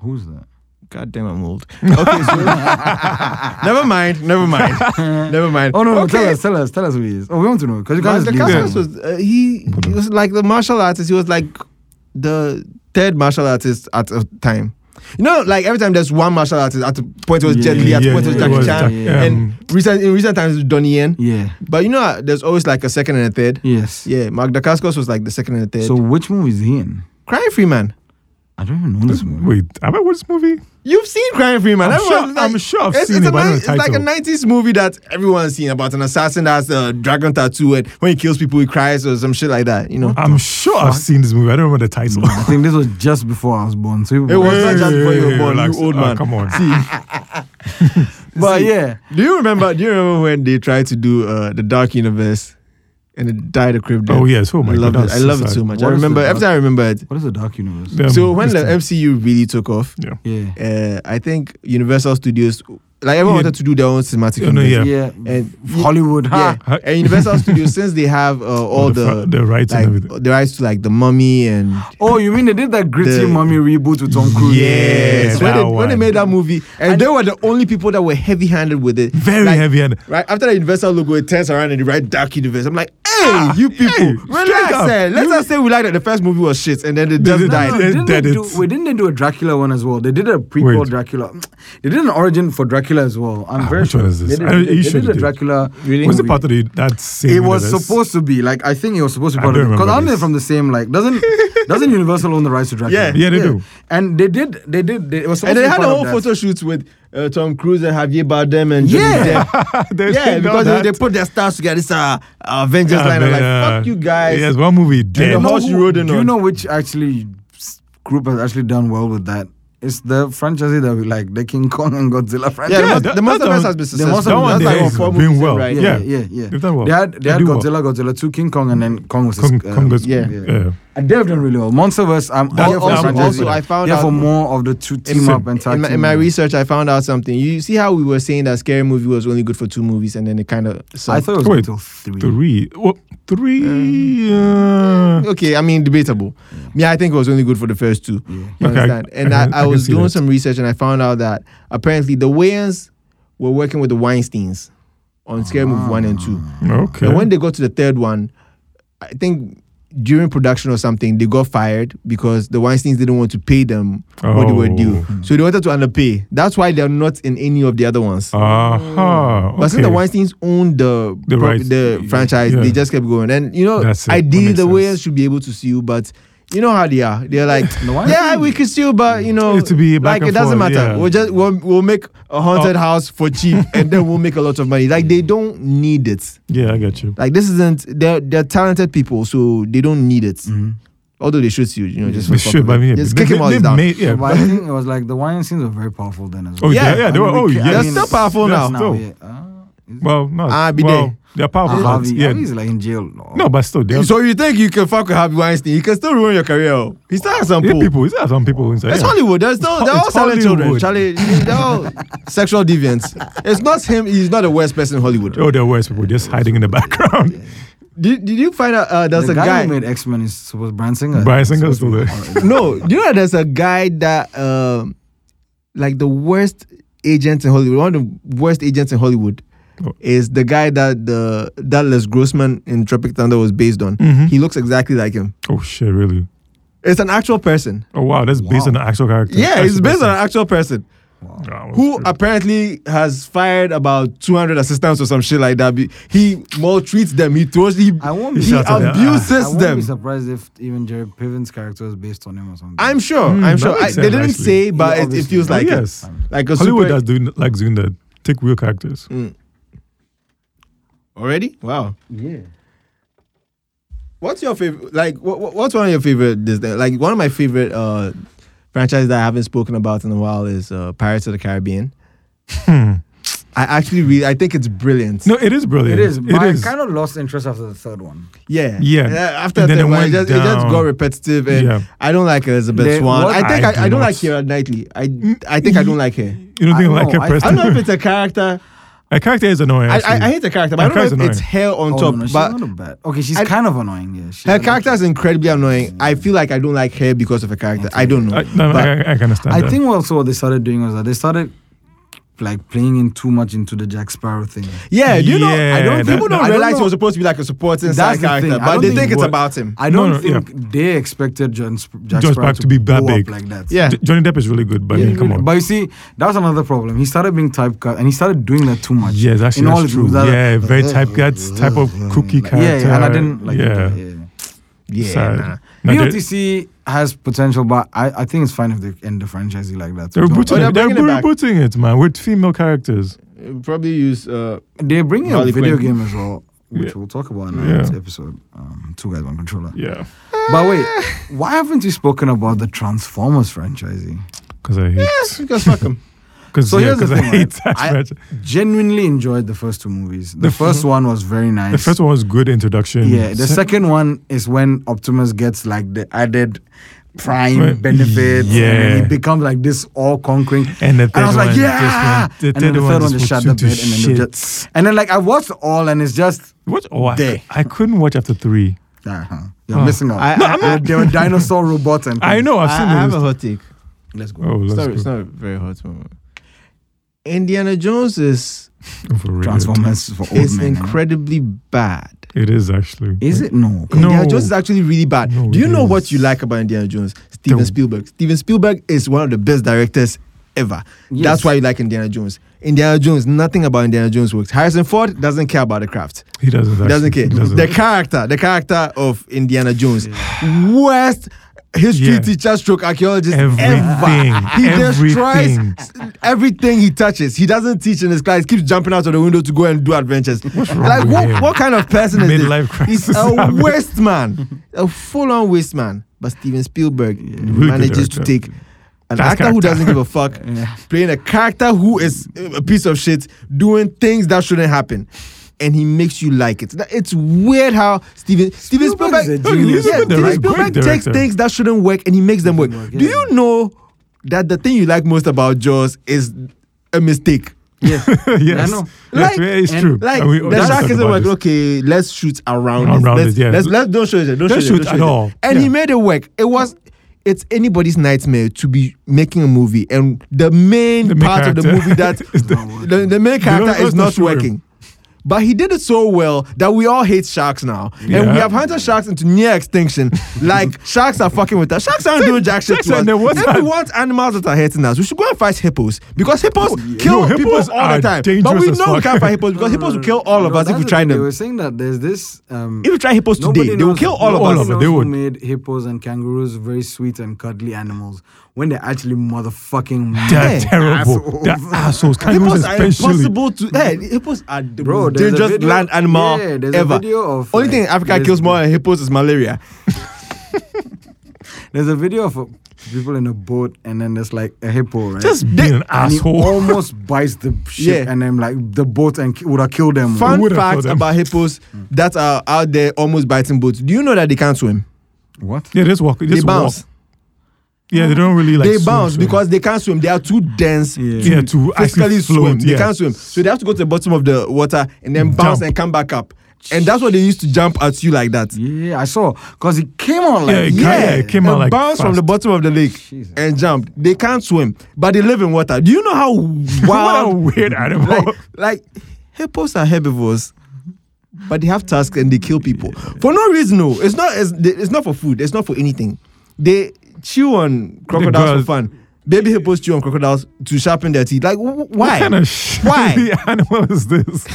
Who's that? God damn, I'm [laughs] old. Okay, so [laughs] never mind, never mind, [laughs] never mind. Oh, no, no. Tell okay. us, tell us, tell us who he is. Oh, we want to know. Because you Mark can't Dacascos just leave was uh, he, he was like the martial artist. He was like the third martial artist at a time. You know, like every time there's one martial artist at the point it was Jet Li, at the Yeah, point it was yeah, Jackie it was Chan, Jack- yeah. um, and recent in recent times it's Donnie Yen. Yeah. But you know, uh, there's always like a second and a third. Yes. Yeah, Mark Dacascos was like the second and the third. So which movie is he in? Crime Free Man. I don't even know this movie. Wait, have I watched this movie? You've seen Crime Free Man. I'm Everyone's sure- I'm sure I've it's, seen it's it, a but I don't know ni- the It's like a title. 90s movie that everyone's seen about an assassin that has a dragon tattoo and when he kills people, he cries or some shit like that, you know? I'm sure I've seen this movie. I don't remember the title. I think this was just before I was born. So It was Hey, not just before you were born, relax. you old Oh, man. come on. But yeah. Do you remember Do you remember when they tried to do uh, The Dark Universe and it died a crib? Oh, yes. Oh, my I love God, it. that's I love so it sad. so much. I What is remember, The every time I remember it. What is the Dark Universe? [laughs] Them, so when this the thing. MCU really took off, yeah. Yeah. uh, I think Universal Studios, like everyone Yeah. wanted to do their own cinematic Yeah, no, universe. yeah. And- Hollywood. Yeah, Ha. Huh? and Universal Studios since they [laughs] have uh, all Oh, the the fa- the rights and like, everything. the rights to like the mummy and Oh, you mean they did that gritty The- mummy reboot with Tom Cruise? Yes, when, they, that when they one. made that movie, and, they were the only people that were heavy-handed with it. Very Like, heavy handed. Right after the Universal logo, it turns around and they write Dark Universe. I'm like, Ah, hey, you people, hey, relax. straight up. eh. Let's not say we like that the first movie was shit, and then they just did- No, died. no, They didn't, they did it. do, wait, didn't they do a Dracula one as well? They did a prequel Wait. Dracula. They did an origin for Dracula as well. I'm Ah, very which sure. one is this? They did, I- they- you they sure did they a did. Dracula. Really? Was movie. it part of the, that same It was universe? supposed to be like I think it was supposed to be I part of don't it because remember aren't they this. from the same like doesn't doesn't Universal own the rights to Dracula? Yeah. Yeah, they do. And they did they did they, it was supposed And they to be had a part of whole that. photo shoot with uh, Tom Cruise and Javier Bardem and Johnny Yeah. [laughs] Depp. They yeah, said all because [laughs] they, that. they put their stars together. It's uh, Avengers Yeah, line. I'm but, like, uh, fuck you guys. Yes, one movie the dead. You know horse you who- rode in Do you on. know which actually s- group has actually done well with that? It's the franchise that we like, the King Kong and Godzilla franchise. Yeah, the, most- that- the most that of us one- has been that successful. one That's they like did our is four doing movies in, well. right? yeah, Yeah. yeah, yeah. They've done well. They had, They they had do well. Godzilla, Godzilla 2, King Kong, and then Kong was Kong- his, uh, Kong was- um, yeah. Yeah. And they've done really well. Monsterverse, I'm That- all here for that- franchises. also, I found yeah, out- for more of the two team Listen, up and tag In my, team. in my research, I found out something. You see how we were saying that Scary Movie was only good for two movies, and then it kind of. I thought it was Wait, until three. Three. Well, three. Uh, Okay, I mean debatable. Yeah. I think it was only good for the first two. You Okay, I- understand? [laughs] and I I, can- I, I can was see doing that. some research, and I found out that apparently the Wayans were working with the Weinstein's. on Scary Movie one and two. uh, Okay. And when they got to the third one, I think during production or something, they got fired because the Weinsteins didn't want to pay them what they were Oh. due. So they wanted to underpay. That's why they're not in any of the other ones. uh-huh. okay. But since the Weinsteins own the The the, rights. the franchise, Yeah. they just kept going. And you know, That's it. That ideally makes the sense. Wayans should be able to sue, but you know how they are. [laughs] They're like, The Weinsteins- yeah, we can sue, but you know, It's to be back like and it doesn't forth, matter. yeah. Oh. We'll just we'll, we'll make a haunted house for [laughs] cheap, and then we'll make a lot of money. Like they don't need it. yeah, I got you. Like this isn't they're they're talented people, so they don't need it. Although they should sue, you know, just for They should, fun. but I mean, just they- kick him they- out they his down. made- yeah. But I think it was like the wine scenes were very powerful then as Oh, well. yeah, Yeah. yeah, they were. I mean, Oh, we ca- I yeah. They're still powerful They're now. still- yeah. Uh, is- Well, no. Ah, be well, there. They're powerful. Ah, but Harvey, yeah. Harvey's like in jail. No, but still, they're So you think you can fuck with Harvey Weinstein? You can still ruin your career. oh. He still has some yeah, pull. people. Is there some people inside? It's yeah. Hollywood. There's no, they're It's all selling children. Hollywood. Charlie, they're [laughs] all sexual deviants. It's not him. He's not the worst person in Hollywood. Oh, there were people just hiding in the [laughs] background. Did, did you find out uh, there's the a guy, guy? who made X Men is supposed Brian Singer. Brian Singer's still there. no, do you know there's a guy that um, like the worst agent in Hollywood. One of the worst agents in Hollywood Oh. is the guy that the Dallas Grossman in Tropic Thunder was based on. Mhm. He looks exactly like him. Oh shit, really? It's an actual person. Oh wow, that's based on an actual character. Yeah, That's it's based on an actual person. Wow. who apparently has fired about 200 assistants or some shit like that. Be- He maltreats them. He throws. He, I won't he be. shouts at them. I abuses won't be them. surprised if even Jerry Piven's character is based on him or something. I'm sure. Hmm, I'm that sure. makes I, they sense, didn't actually. say, but Yeah, it, it obviously. feels Oh, like it. uh, yes. Like a Hollywood super. does do like doing that. Take real characters. Mm. Already? Wow. Yeah. What's your favorite? Like, wha- wha- what's one of your favorite Disney? Like, one of my favorite uh, franchises that I haven't spoken about in a while is uh, Pirates of the Caribbean. I actually really, I think it's brilliant. Hmm. No, it is brilliant. It is. It But I is. kind of lost interest after the third one. Yeah. Yeah. Uh, after And that, then it one, it, went just, it just down. got repetitive, and Yeah. I don't like Elizabeth They- Swan. what- I think I I, I, do don't not. like Keira Knightley. I I think I don't like her. you don't I think don't like know. a I- I person? don't know if it's a character. [laughs] a character is annoying. I, I, actually. I hate the character, but Her I don't know if character's it's her on Oh, top. no, she's but not bad. Okay, she's I- kind of annoying. Yeah. She's her an character actress. is incredibly annoying. I feel like I don't like her because of her character. I don't know. I, no, no, but I, I can understand. I that. think also what they started doing was that they started like playing in too much into the Jack Sparrow thing. yeah, do you know? I Yeah, don't. that- People that- I don't don't realize he know. was supposed to be like a supporting That's side the character, thing. I but don't they think think it's what- about him. I don't no, think they expected John Sp- Jack John Sparrow Sparrow to be that blow big. up like that. Yeah. J- Johnny Depp is really good, but I mean, come on. But you see, that was another problem. He started being typecast, and he started doing that too much. yes, actually, In all that's his true. movies, that- [laughs] yeah, very type that's type of cookie yeah, character. yeah, and I didn't like. Yeah, That, yeah. sad. nah. No, they- BOTC has potential, but I, I think it's fine if they end the franchise like that. they're Don't- rebooting they're it. They're bringing it back. rebooting it, man, with female characters. Probably use. Uh, They're bringing out Harley a video Quinn. game as well, which Yeah. we'll talk about in Yeah. our next episode. Um, Two guys, one controller. Yeah, But wait, why haven't you spoken about the Transformers franchise? because I hate. [laughs] because fuck him. Because So yeah, here's the 'cause I thing, right? hate that I- franchise. Genuinely enjoyed the first two movies. The The first one was very nice. The first one was good introduction. Yeah, the Se- second one is when Optimus gets like the added prime Right. benefits. and Yeah. then he becomes like this all conquering. and the third And I was one like, just yeah. went- and then the third one just shut went the bed, to and then they shit. just. And then like I watched all, and it's just. What? Oh, I, There. I couldn't watch after three. Uh-huh. You're Oh. missing out. I- No, I- I'm There- there were dinosaur robots and. I things. know. I've I- seen I have it. a hot take. Let's go. Oh, let's Sorry, go. it's not a very hot moment. Indiana Jones is Overrated. Transformers for old is men. huh? incredibly bad. It is actually. Is it no? No. Indiana Jones is actually really bad. No, Do you it know is. what you like about Indiana Jones? Steven Don't. Spielberg. Steven Spielberg is one of the best directors ever. That's Yes. why you like Indiana Jones. Indiana Jones, nothing about Indiana Jones works. Harrison Ford doesn't care about the craft. He doesn't. Actually. He doesn't care. He doesn't. The character, the character of Indiana Jones, worst history Yeah. teacher, stroke archaeologist Everything. ever. He destroys Everything. s- everything he touches. He doesn't teach in his class. He keeps jumping out of the window to go and do adventures. wrong like with what, him? what kind of person is this? Midlife crisis [laughs] He's a happened. waste man, a full-on waste man. But Steven Spielberg good manages to director. take. An That's actor who character. doesn't give a fuck, playing a character who is uh, a piece of shit, doing things that shouldn't happen, and he makes you like it. That- It's weird how Steven Steven Spielberg, Spielberg is a Look, genius. yeah, He's a good Steven director. Great Spielberg takes director. things that shouldn't work and he makes them work. Doesn't work, Do yeah. you know that the thing you like most about Jaws is a mistake? Yes. yes. I know. Yes, Like- it's and- true. Like And we- we the just shark talked isn't about working. this. Okay, let's shoot around, Around this. Let's, it, yeah. let's, let's don't show it. Don't, show Don't it, shoot don't at it. all. And he Yeah. made it work. It was. It's anybody's nightmare to be making a movie, and the main, The main part of the character movie that [laughs] is the- the, the main don't- [laughs] character don't is not shoot him. working. But he did it so well that we all hate sharks now. And Yeah. we have hunted sharks into near [laughs] extinction. like, sharks are fucking with us. Sharks aren't doing jack shit sharks to are us. the worst If we part. want animals that are hurting us, we should go and fight hippos. Because hippos kill No, people hippos all the are time. But dangerous we as know we fuck. can't fight hippos [laughs] because hippos will kill all of No, us if that's we the try thing. They them. were saying that there's this. Um, If we try hippos nobody today, they will knows- kill all of all us. of them, Nobody they knows who would. made hippos and kangaroos very sweet and cuddly animals when they're [laughs] actually motherfucking They're Yeah. terrible. They're Assholes. assholes. Kangaroos Hippos are especially. impossible eh, to. Hey, hippos are the Bro, most there's a dangerous video- land animal yeah, there's a ever. video of, Only like, thing Africa this- kills more than hippos is malaria. There's a video of uh, people in a boat, and then there's like a hippo, right? Just being an and He asshole. almost bites [laughs] the ship, Yeah. and then like the boat and ki- would have killed them. Fun would've fact killed them? about hippos that are out there almost biting boats. Do you know that they can't swim? What? Yeah, just walk. They Just bounce. walk. Yeah, they don't really like. they swim, bounce swim. because they can't swim. They are too dense to, Yeah, to physically actually swim. float, They yeah. can't swim. So they have to go to the bottom of the water and then bounce Jump. and come back up. And that's what they used to jump at you like that. Yeah, I saw because it came on like Yeah, it ca- yeah, it came they out like bounced from fast. the bottom of the lake Jesus. and jumped. They can't swim, but they live in water. Do you [laughs] know how What a wild weird animal. like, like hippos are herbivores but they have tusks and they kill people for no reason no it's not it's, it's not for food it's not for anything they chew on crocodiles for girls- fun baby hippos chew on crocodiles to sharpen their teeth like wh- wh- why What kind of shitty Why? animal is this?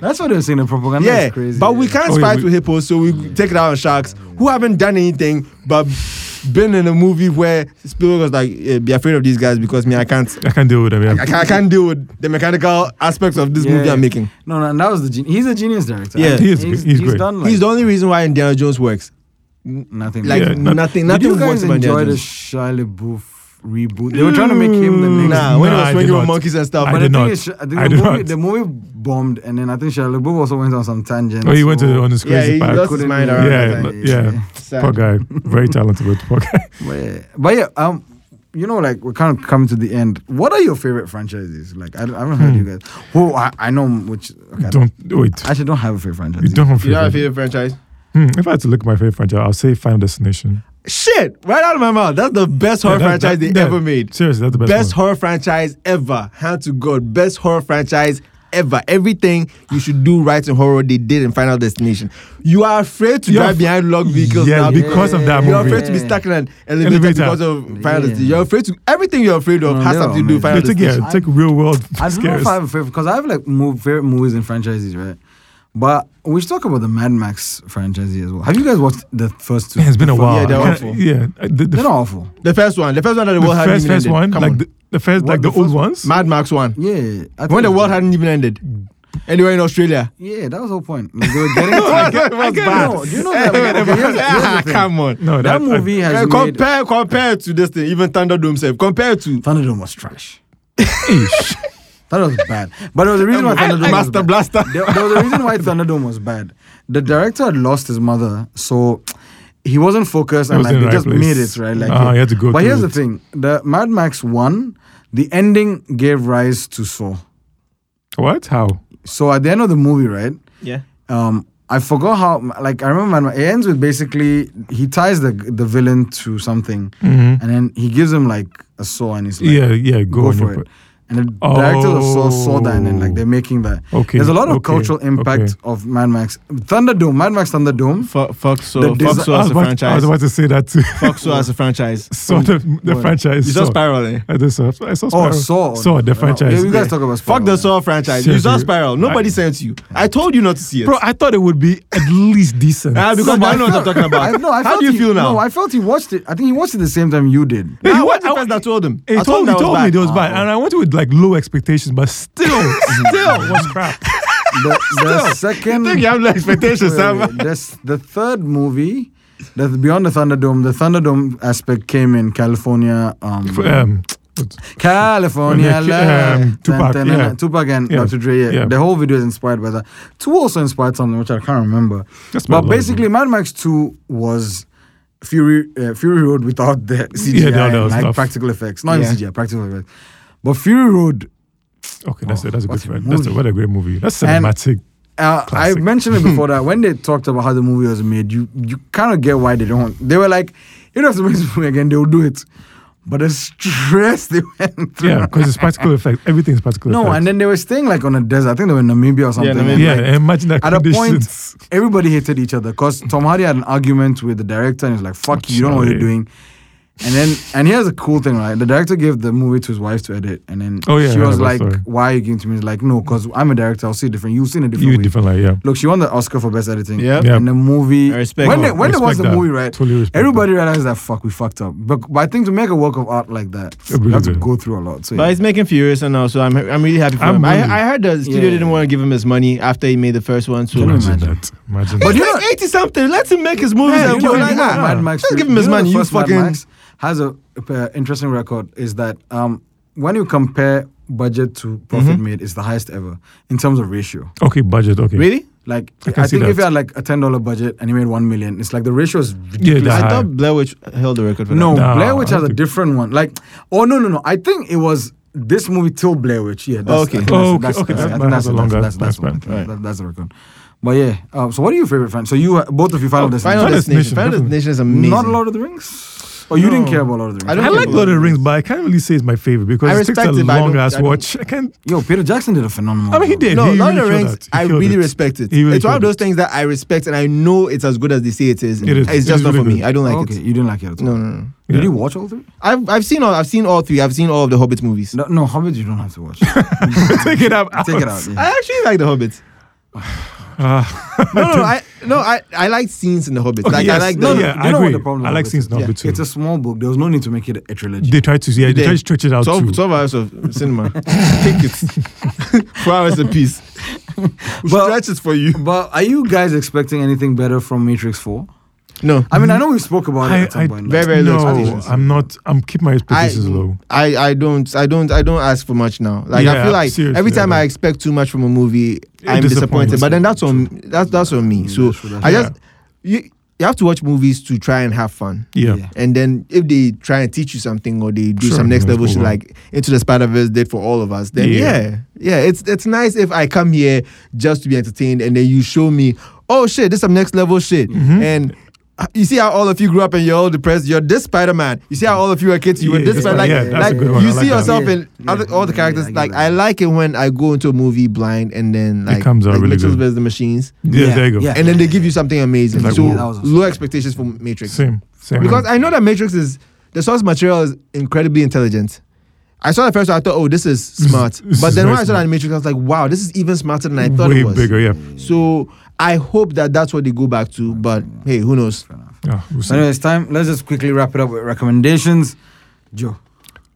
That's what they're saying. The propaganda yeah is crazy. but we can't Oh, yeah, fight we- with hippos so we take it out on sharks who haven't done anything but been in a movie where Spielberg was like eh, be afraid of these guys because me I can't I can't deal with them. Yeah. I can't, I can't deal with the mechanical aspects of this Yeah. movie I'm making No, no, and that was the gen- he's a genius director. Yeah. He is good. He's great. done like he's the only reason why Indiana Jones works nothing. Like Yeah, Did not- nothing, you nothing guys works about enjoy Indiana the Jones. Shia LaBeouf reboot? They were trying to make him the next. nah, when No, he was I did swinging with not. monkeys and Hmm. stuff. I But but did the not. thing is, Sh- I I think the, did movie, not. the movie bombed, and then I think Shia LaBeouf also went on some tangent. Oh, he went to, on his Yeah, crazy he path. lost his Couldn't mind do around yeah, that lo- time. yeah. Sad. Poor guy. Very talented, but poor guy. [laughs] But yeah, but yeah, um, you know, like we're kind of coming to the end. What are your favorite franchises? Like I, don't- I haven't heard you guys. Well, I, I know which. Okay, I don't, Hmm. Don't wait. I actually don't have a favorite franchise. You don't have You have a favorite. favorite franchise? Hmm, if I had to look at my favorite franchise, I'll say Final Destination. Shit! Right out of my mouth. That's the best horror Yeah, that- franchise that- they yeah, ever made. Seriously, that's the best. Best one. horror franchise ever. Hand to God. Best horror franchise ever. Everything you should do right in horror, they did in Final Destination. You are afraid to You're drive af- behind log vehicles Yeah, now because of that You're movie. afraid to be stuck in an elevator, Elevator. because of Final Yeah. Destination. You're afraid to everything you're afraid of No, has they're something to do with Final amazing. They take, Destination. yeah, take real world I don't know scares. if I have a favorite because I have like mo- favorite movies and franchises, right? But we should talk about the Mad Max franchise as well. Have you guys watched the first two? Man, it's been a The first- while. Yeah, they're I can't- awful. Yeah, I- the, the, They're not awful. The first one. The first one that the the world hadn't first even first ended. one, Come like on. the, the first, What, like the, the old first one? ones. Mad Max one. Yeah, I think When the it's- world hadn't even ended. Anywhere in [laughs] Australia. Yeah, that was the whole point. Like, they were getting to like, It was bad. No, you know that- [laughs] okay, here's- here's the Ah, thing. Come on. No, that that, I- movie has Eh, made compare, compare to this thing. Even Thunderdome said, compare to Thunderdome was trash. Eesh. Thunderdome was bad, but there was a reason [laughs] why I- Thunderdome I- was Master bad. Blaster. There, there was a reason why Thunderdome was bad. The director had lost his mother, so he wasn't focused, and was like in they the just right made it place. right. Like, Ah, he had to go But through here's the it. thing: the Mad Max one, the ending gave rise to Saw. What? How? So at the end of the movie, right? yeah. um I forgot how like I remember Mad Max- it ends with basically he ties the the villain to something Mhm. and then he gives him like a saw and he's like yeah, yeah. Go, go on your for it. part. And the directors of Saw saw that and then like they're making that. Oh. Okay, There's a lot of okay, cultural impact okay. of Mad Max. Thunderdome, Mad Max Thunderdome. Fuck, fuck so, The design- fuck so I, as was a about, I franchise. was about to say that too. fuck so as a franchise. sort of the What? franchise. You saw Saw. Spiral, eh? I did saw. I saw Oh, Spiral. Saw. Saw the No, franchise. Yeah, you guys Yeah. talk about Spiral. Fuck the Saw franchise. You saw Seriously. Spiral. Nobody I- sent you. I told you not to see it. Bro, I thought it would be at least decent. Ah, because No, I know what I'm felt- talking about. I, no, I How felt do you he- feel now? No, I felt he watched it. I think he watched it the same time you did. Hey, I you was the wa- I- person that told him. He I told, told him me, that was told me bad. it was bad, and I went with like low expectations, but [laughs] still, still was crap. The, the second I think you have [laughs] no expectations, Wait, Sam. wait, wait. This- the third movie, the, Beyond the Thunderdome, the Thunderdome aspect came in California. [laughs] Um, F- Um, [laughs] Yeah, California, love. um, Tupac, yeah. Tupac and Yeah, Dr. Dre. Yeah. yeah. The whole video is inspired by that. Two also inspired something which I can't remember. That's but my love, basically, Mad Max Two was. Fury, uh, Fury Road without the CGI, [laughs] Yeah, no, no, and, it's like tough. practical effects, not Yeah. even CGI, practical effects. But Fury Road okay, that's it. That's a Oh, what good a friend. That's a, movie. what a great movie. That's And- cinematic. Uh, I Classic. [laughs] mentioned it before that when they talked about how the movie was made, you you kind of get why they don't. They were like, you don't have to make this movie again. They will do it, But the stress [laughs] they went through. Yeah, because it's practical effect. Everything's practical No, effect. and then they were staying like on a desert. I think they were in Namibia or something. Namibia. and, yeah, like, imagine that at a point, conditions. everybody hated each other because Tom Hardy had an argument with the director and he's like, fuck you, you don't know what you're Sorry. doing. And then, and here's a cool thing, right? The director gave the movie to his wife to edit, and then Oh, yeah, she I was heard like, that story. "Why are you giving to me?" He's like, "No, because I'm a director. I'll see it different. You've seen it different You way." different, like yeah. Look, she won the Oscar for best editing. Yeah. Yeah. and the movie. I respect when that. they, when there was Respect the that. movie, right? Totally respect Everybody realized that fuck, we fucked up. But, but I think to make a work of art like that, It really you have to did. go through a lot. So But yeah. he's making Furious and now, so I'm I'm really happy for I'm him. really- I, I heard the studio Yeah. didn't want to give him his money after he made the first one. So That. Can you Imagine, imagine? that. Imagine But that. he's you know- like 80 something. Let him make his movies. Yeah, and you know, why like, not? ah, Mad Max Let's Fury- give him his you know money. You The first Mad fucking. Max has a uh, interesting record. Is that um, when you compare budget to profit Mm-hmm. made, it's the highest ever in terms of ratio. okay, budget. Okay. Really? Like I I, can see think that. if you had like a ten dollar budget and you made one million, it's like the ratio is Yeah, ridiculous. the I high. thought Blair Witch held the record for no, that. Nah, Blair Witch I has a think- different one. Like oh no no no, I think it was this movie till Blair Witch. Yeah, that's, Okay. I think Oh, that's, okay, okay, that's, that I think has that's a it, longer- that's, that's, that's, that's one. fine. I think that- that's the record. But yeah, um, so what are your favorite fans? So you uh, both of you final Oh, Destination. Final Destination. Destination, Final definitely. Destination is amazing. Not Lord of the Rings? Oh, you didn't No. care about Lord of the Rings. I don't I care like about Lord of the that. Rings, but I can't really say it's my favorite because I it takes a respect it, but I long don't- I ass don't- watch. I can't. Yo, Peter Jackson did a phenomenal. I mean, he job. [laughs] did. No, he Lord really of the killed Rings, that. He I killed really it. respect it. He really it's one of killed those things that I respect and I know it's as good as they say it is. It is. It's It just is not for really me. good. I don't like Oh, okay, it. you didn't like it at all. No, no, no. Did Yeah. [laughs] you watch all three? I've I've seen all I've seen all three. I've seen all of the Hobbits movies. No, no Hobbit, you don't have to [laughs] watch. Take Take it out. it out. yeah. I actually like the Hobbits. Ah, No, no, no, I no, I I like scenes in the Hobbits. okay, like yes. I like the no, no, yeah, you I know what agree. the problem I with like it scenes is? number Yeah, too. It's a small book. There was no need to make it a trilogy. they try to yeah, they They- try to stretch it out 12, too. 12 hours of cinema. Take it. [laughs] Four hours apiece. Well- Stretch it for you. But are you guys expecting anything better from Matrix Four? No. I mean, I know we spoke about it I, at some I, point. Very, very low no, expectations. I'm not. I'm keep my I, expectations low. I I don't I don't I don't ask for much now. Like I Yeah, feel like seriously, every time I I, don't. expect too much from a movie, I'm disappointed. disappoints But me. Mm, then that's on that's that's on me. So That's true, that's I true. just you you have to watch movies to try and have fun. Yeah, Yeah. And then if they try and teach you something or they do Sure, some next let's level go shit on. like Into the Spider Verse did for all of us, then Yeah. yeah. yeah, it's it's nice if I come here just to be entertained and then you show me, oh shit, this some next level shit, Mm-hmm. and. uh, You see how all of you grew up and you're all depressed. You're this Spider Man. You see how all of you are kids. You were Yeah, this this Spider. Like, one- yeah, that's a like, good one. you I like see that. yourself in Yeah. other, all the Yeah, characters. I get like that. I like it when I go into a movie blind and then like comes out like really Mitchell's good. versus the Machines, yeah, Yeah, There you go. yeah. and then they give you something amazing. Like, so whoa. That was awesome. low expectations for Matrix. Same, same. Because I know that Matrix is the source material is incredibly intelligent. I saw the first one, I thought, oh, this is is- smart. this but is then when very I saw that in Matrix, I was like, wow, this is even smarter than I thought way it was. Mm. bigger. Yeah. So I hope that that's what they go back to. But hey, who knows? Ah, we'll see. So anyway, it's time. Let's just quickly wrap it up with recommendations. Joe,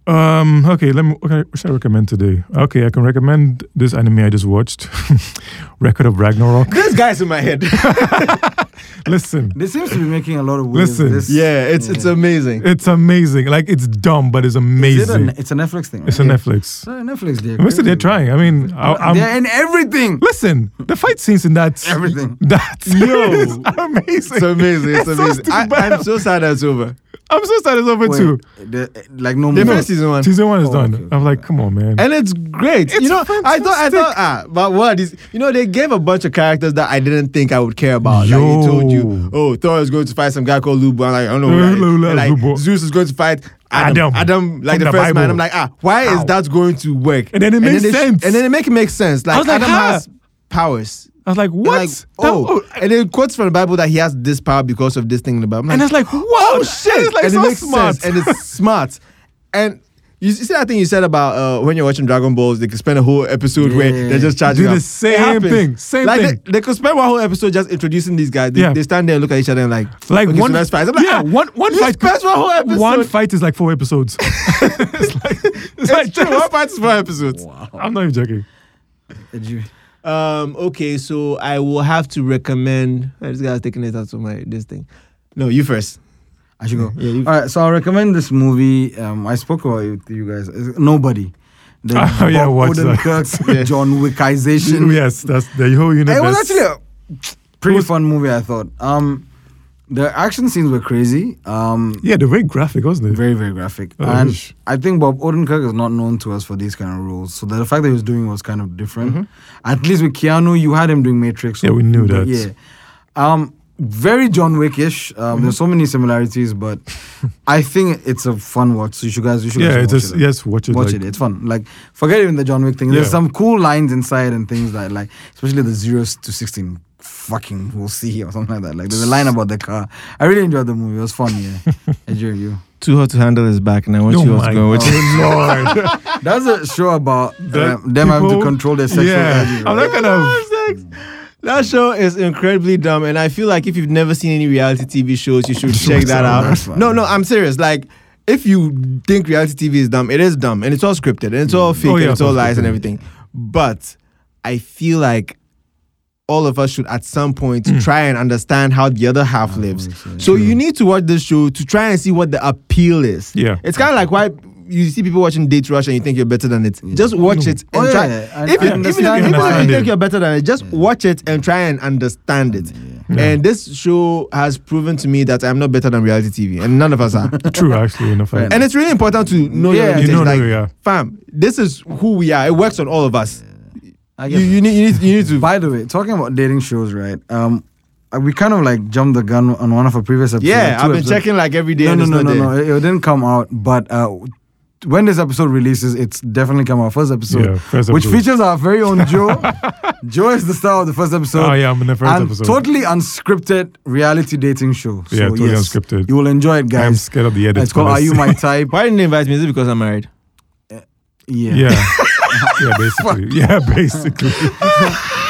Um. Okay. Let me. Okay, what should I recommend today? Okay, I can recommend this anime I just watched, [laughs] Record of Ragnarok. [laughs] This guy's in my head. Listen, this seems to be making a lot of waves. Listen. [laughs] this, yeah, it's it's amazing. [laughs] it's amazing. Like it's dumb, but it's Is it amazing. a, it's a Netflix thing. Right? It's on Netflix. So Netflix, they're, Mister, they're crazy. trying. I mean, I, Oh, I'm. they're in everything. Listen, the fight scenes in [laughs] that Everything. that [laughs] Yo. is amazing. It's amazing. It's so amazing. I, stupid. I'm so sad that's over. I'm so sad it's over Wait, too. the- like no They more. finished season one. Season one is Oh, done. okay, okay, I'm like, come on, man. And it's great. It's you know, I thought I fantastic. thought ah, but what is you know, they gave a bunch of characters that I didn't think I would care about. Like they told Yo. you, oh, Thor is going to fight some guy called Lubo. I'm like, I don't know. who that is. Lulu, And, Lubo. like, Zeus is going to fight Adam. Adam. Adam, like From the, the first man. Bible. I'm like, ah, why How? is that going to work? And then it makes they sh- sense. and then it make it make sense. Like, was like, Adam how? has powers. I was like, And what? Like, That- oh, I- and then quotes from the Bible that he has this power because of this thing in the Bible. I'm and it's like, wow, oh, shit. It's like and so it makes smart. sense, [laughs] and it's smart. And you see that thing you said about uh, when you're watching Dragon Balls, they could spend a whole episode where Yeah. they're just charging Do the up. It same happens. thing, same like thing. They, they could spend one whole episode just introducing these guys. They, Yeah. they stand there and look at each other and like, like okay, one, so let's fight. I'm like, yeah, ah, one, one you fight. spent one whole episode. One fight is like four episodes. [laughs] it's like, it's like [laughs] It's true. just- One fight is four episodes. I'm not even joking. Did you- Um, okay, so I will have to recommend. Oh, this guy's taking it out of my this thing. No, you first. I should go. Yeah, you- All right, so I'll recommend this movie. Um, I spoke about it with you guys. It's Nobody. The [laughs] Oh, yeah, Bob what's that? [laughs] Odenkirk's Yeah. John Wickization. Yes, that's the whole universe. It was actually a pretty fun movie, I thought. Um, the action scenes were crazy. Um, yeah, they're very graphic, wasn't it? very, very graphic. Oh, and ish. I think Bob Odenkirk is not known to us for these kind of roles. So the fact that he was doing was Mm-hmm. kind of different. At least with Keanu, you had him doing Matrix. Yeah, we knew that. Yeah. Um, very John Wickish. Um, Mm-hmm. There's so many [laughs] similarities, but I think it's a fun watch. So you should guys, you should yeah, guys it's watch just, it. yes, watch it. Watch like- it. It's fun. Like forget even the John Wick thing. There's Yeah. some cool lines inside and things that like, especially the zeros to sixteen. Fucking, we'll see or something like that. Like there's a line about the car. I really enjoyed the movie. It was fun. Yeah, enjoy you. Too hard to handle is back now. What Oh you was my going with? God, Lord. [laughs] That's a show about The um, them having to people- control their sexual yeah. energy. I'm right? not kind [laughs] of. That show is incredibly dumb, and I feel like if you've never seen any reality TV shows, [laughs] you should check that That's out. fine. No, no, I'm serious. Like, if you think reality TV is dumb, it is dumb, and it's all scripted, and it's all fake, Oh, yeah, and it's all it's all lies and scripted. everything. But I feel like all of us should, at some point, Mm. try and understand how the other half lives. So you need to watch this show to try and see what the appeal is. Yeah. it's kind of like why. You see people watching Date Rush and you think you're better than it. Just watch it and Oh, yeah, try. yeah. I- if I you, even if understand- you I even if you understand think it. you're better than it, just watch it and try and understand it. And this show has proven to me that I'm not better than reality TV, and none of us [laughs] are. True, actually, in a fact. and it's really important to know Yeah. your heritage. You know like, who you are. fam, this is who we are. It works on all of us. I You, guess. you need, you need, you need [laughs] to. By the way, talking about dating shows, right? Um, uh, we kind of like jumped the gun on one of our previous episodes. Yeah, like two I've been episodes. checking like every day. No, and no, it's no, not no, there. no. It, it didn't come out, but uh, when this episode releases, it's definitely come out. First episode, Yeah, first which episode. features our very own [laughs] Joe. Joe is the star of the first episode. Oh, yeah, I'm in the first and episode. Totally unscripted reality dating show. So, Yeah, totally yes, unscripted. You will enjoy it, I'm guys. scared of the edit. It's called "Are You My Type." Why didn't you invite me? Is it because I'm married? Yeah. [laughs] Yeah. [laughs] yeah, basically. Yeah, basically.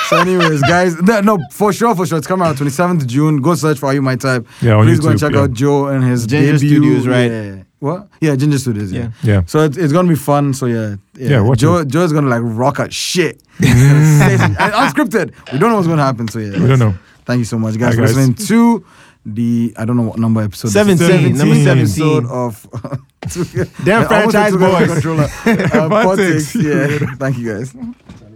So, anyways, guys, th- no, for sure, for sure, it's coming out 27th June. Go search for Are You My Type. Yeah, on Please go and YouTube, check yeah. out Joe and his Ginger debut. Studios, right? Yeah. What? Yeah, Ginger Studios. Yeah. Yeah. Yeah. So it's, it's gonna be fun. So yeah, Yeah, watch Joe Joe's gonna like rock [laughs] out shit. [laughs] He's gonna say some- and unscripted. We don't know what's gonna happen. So yeah, We don't know. Thank you so much, guys, Hi, for guys. listening to the I don't know what number episode. this is. 17, number 17th 17. episode of [laughs] Damn I almost franchise took over the [laughs] boys. controller. Uh, Politics. politics. Yeah. Thank you guys.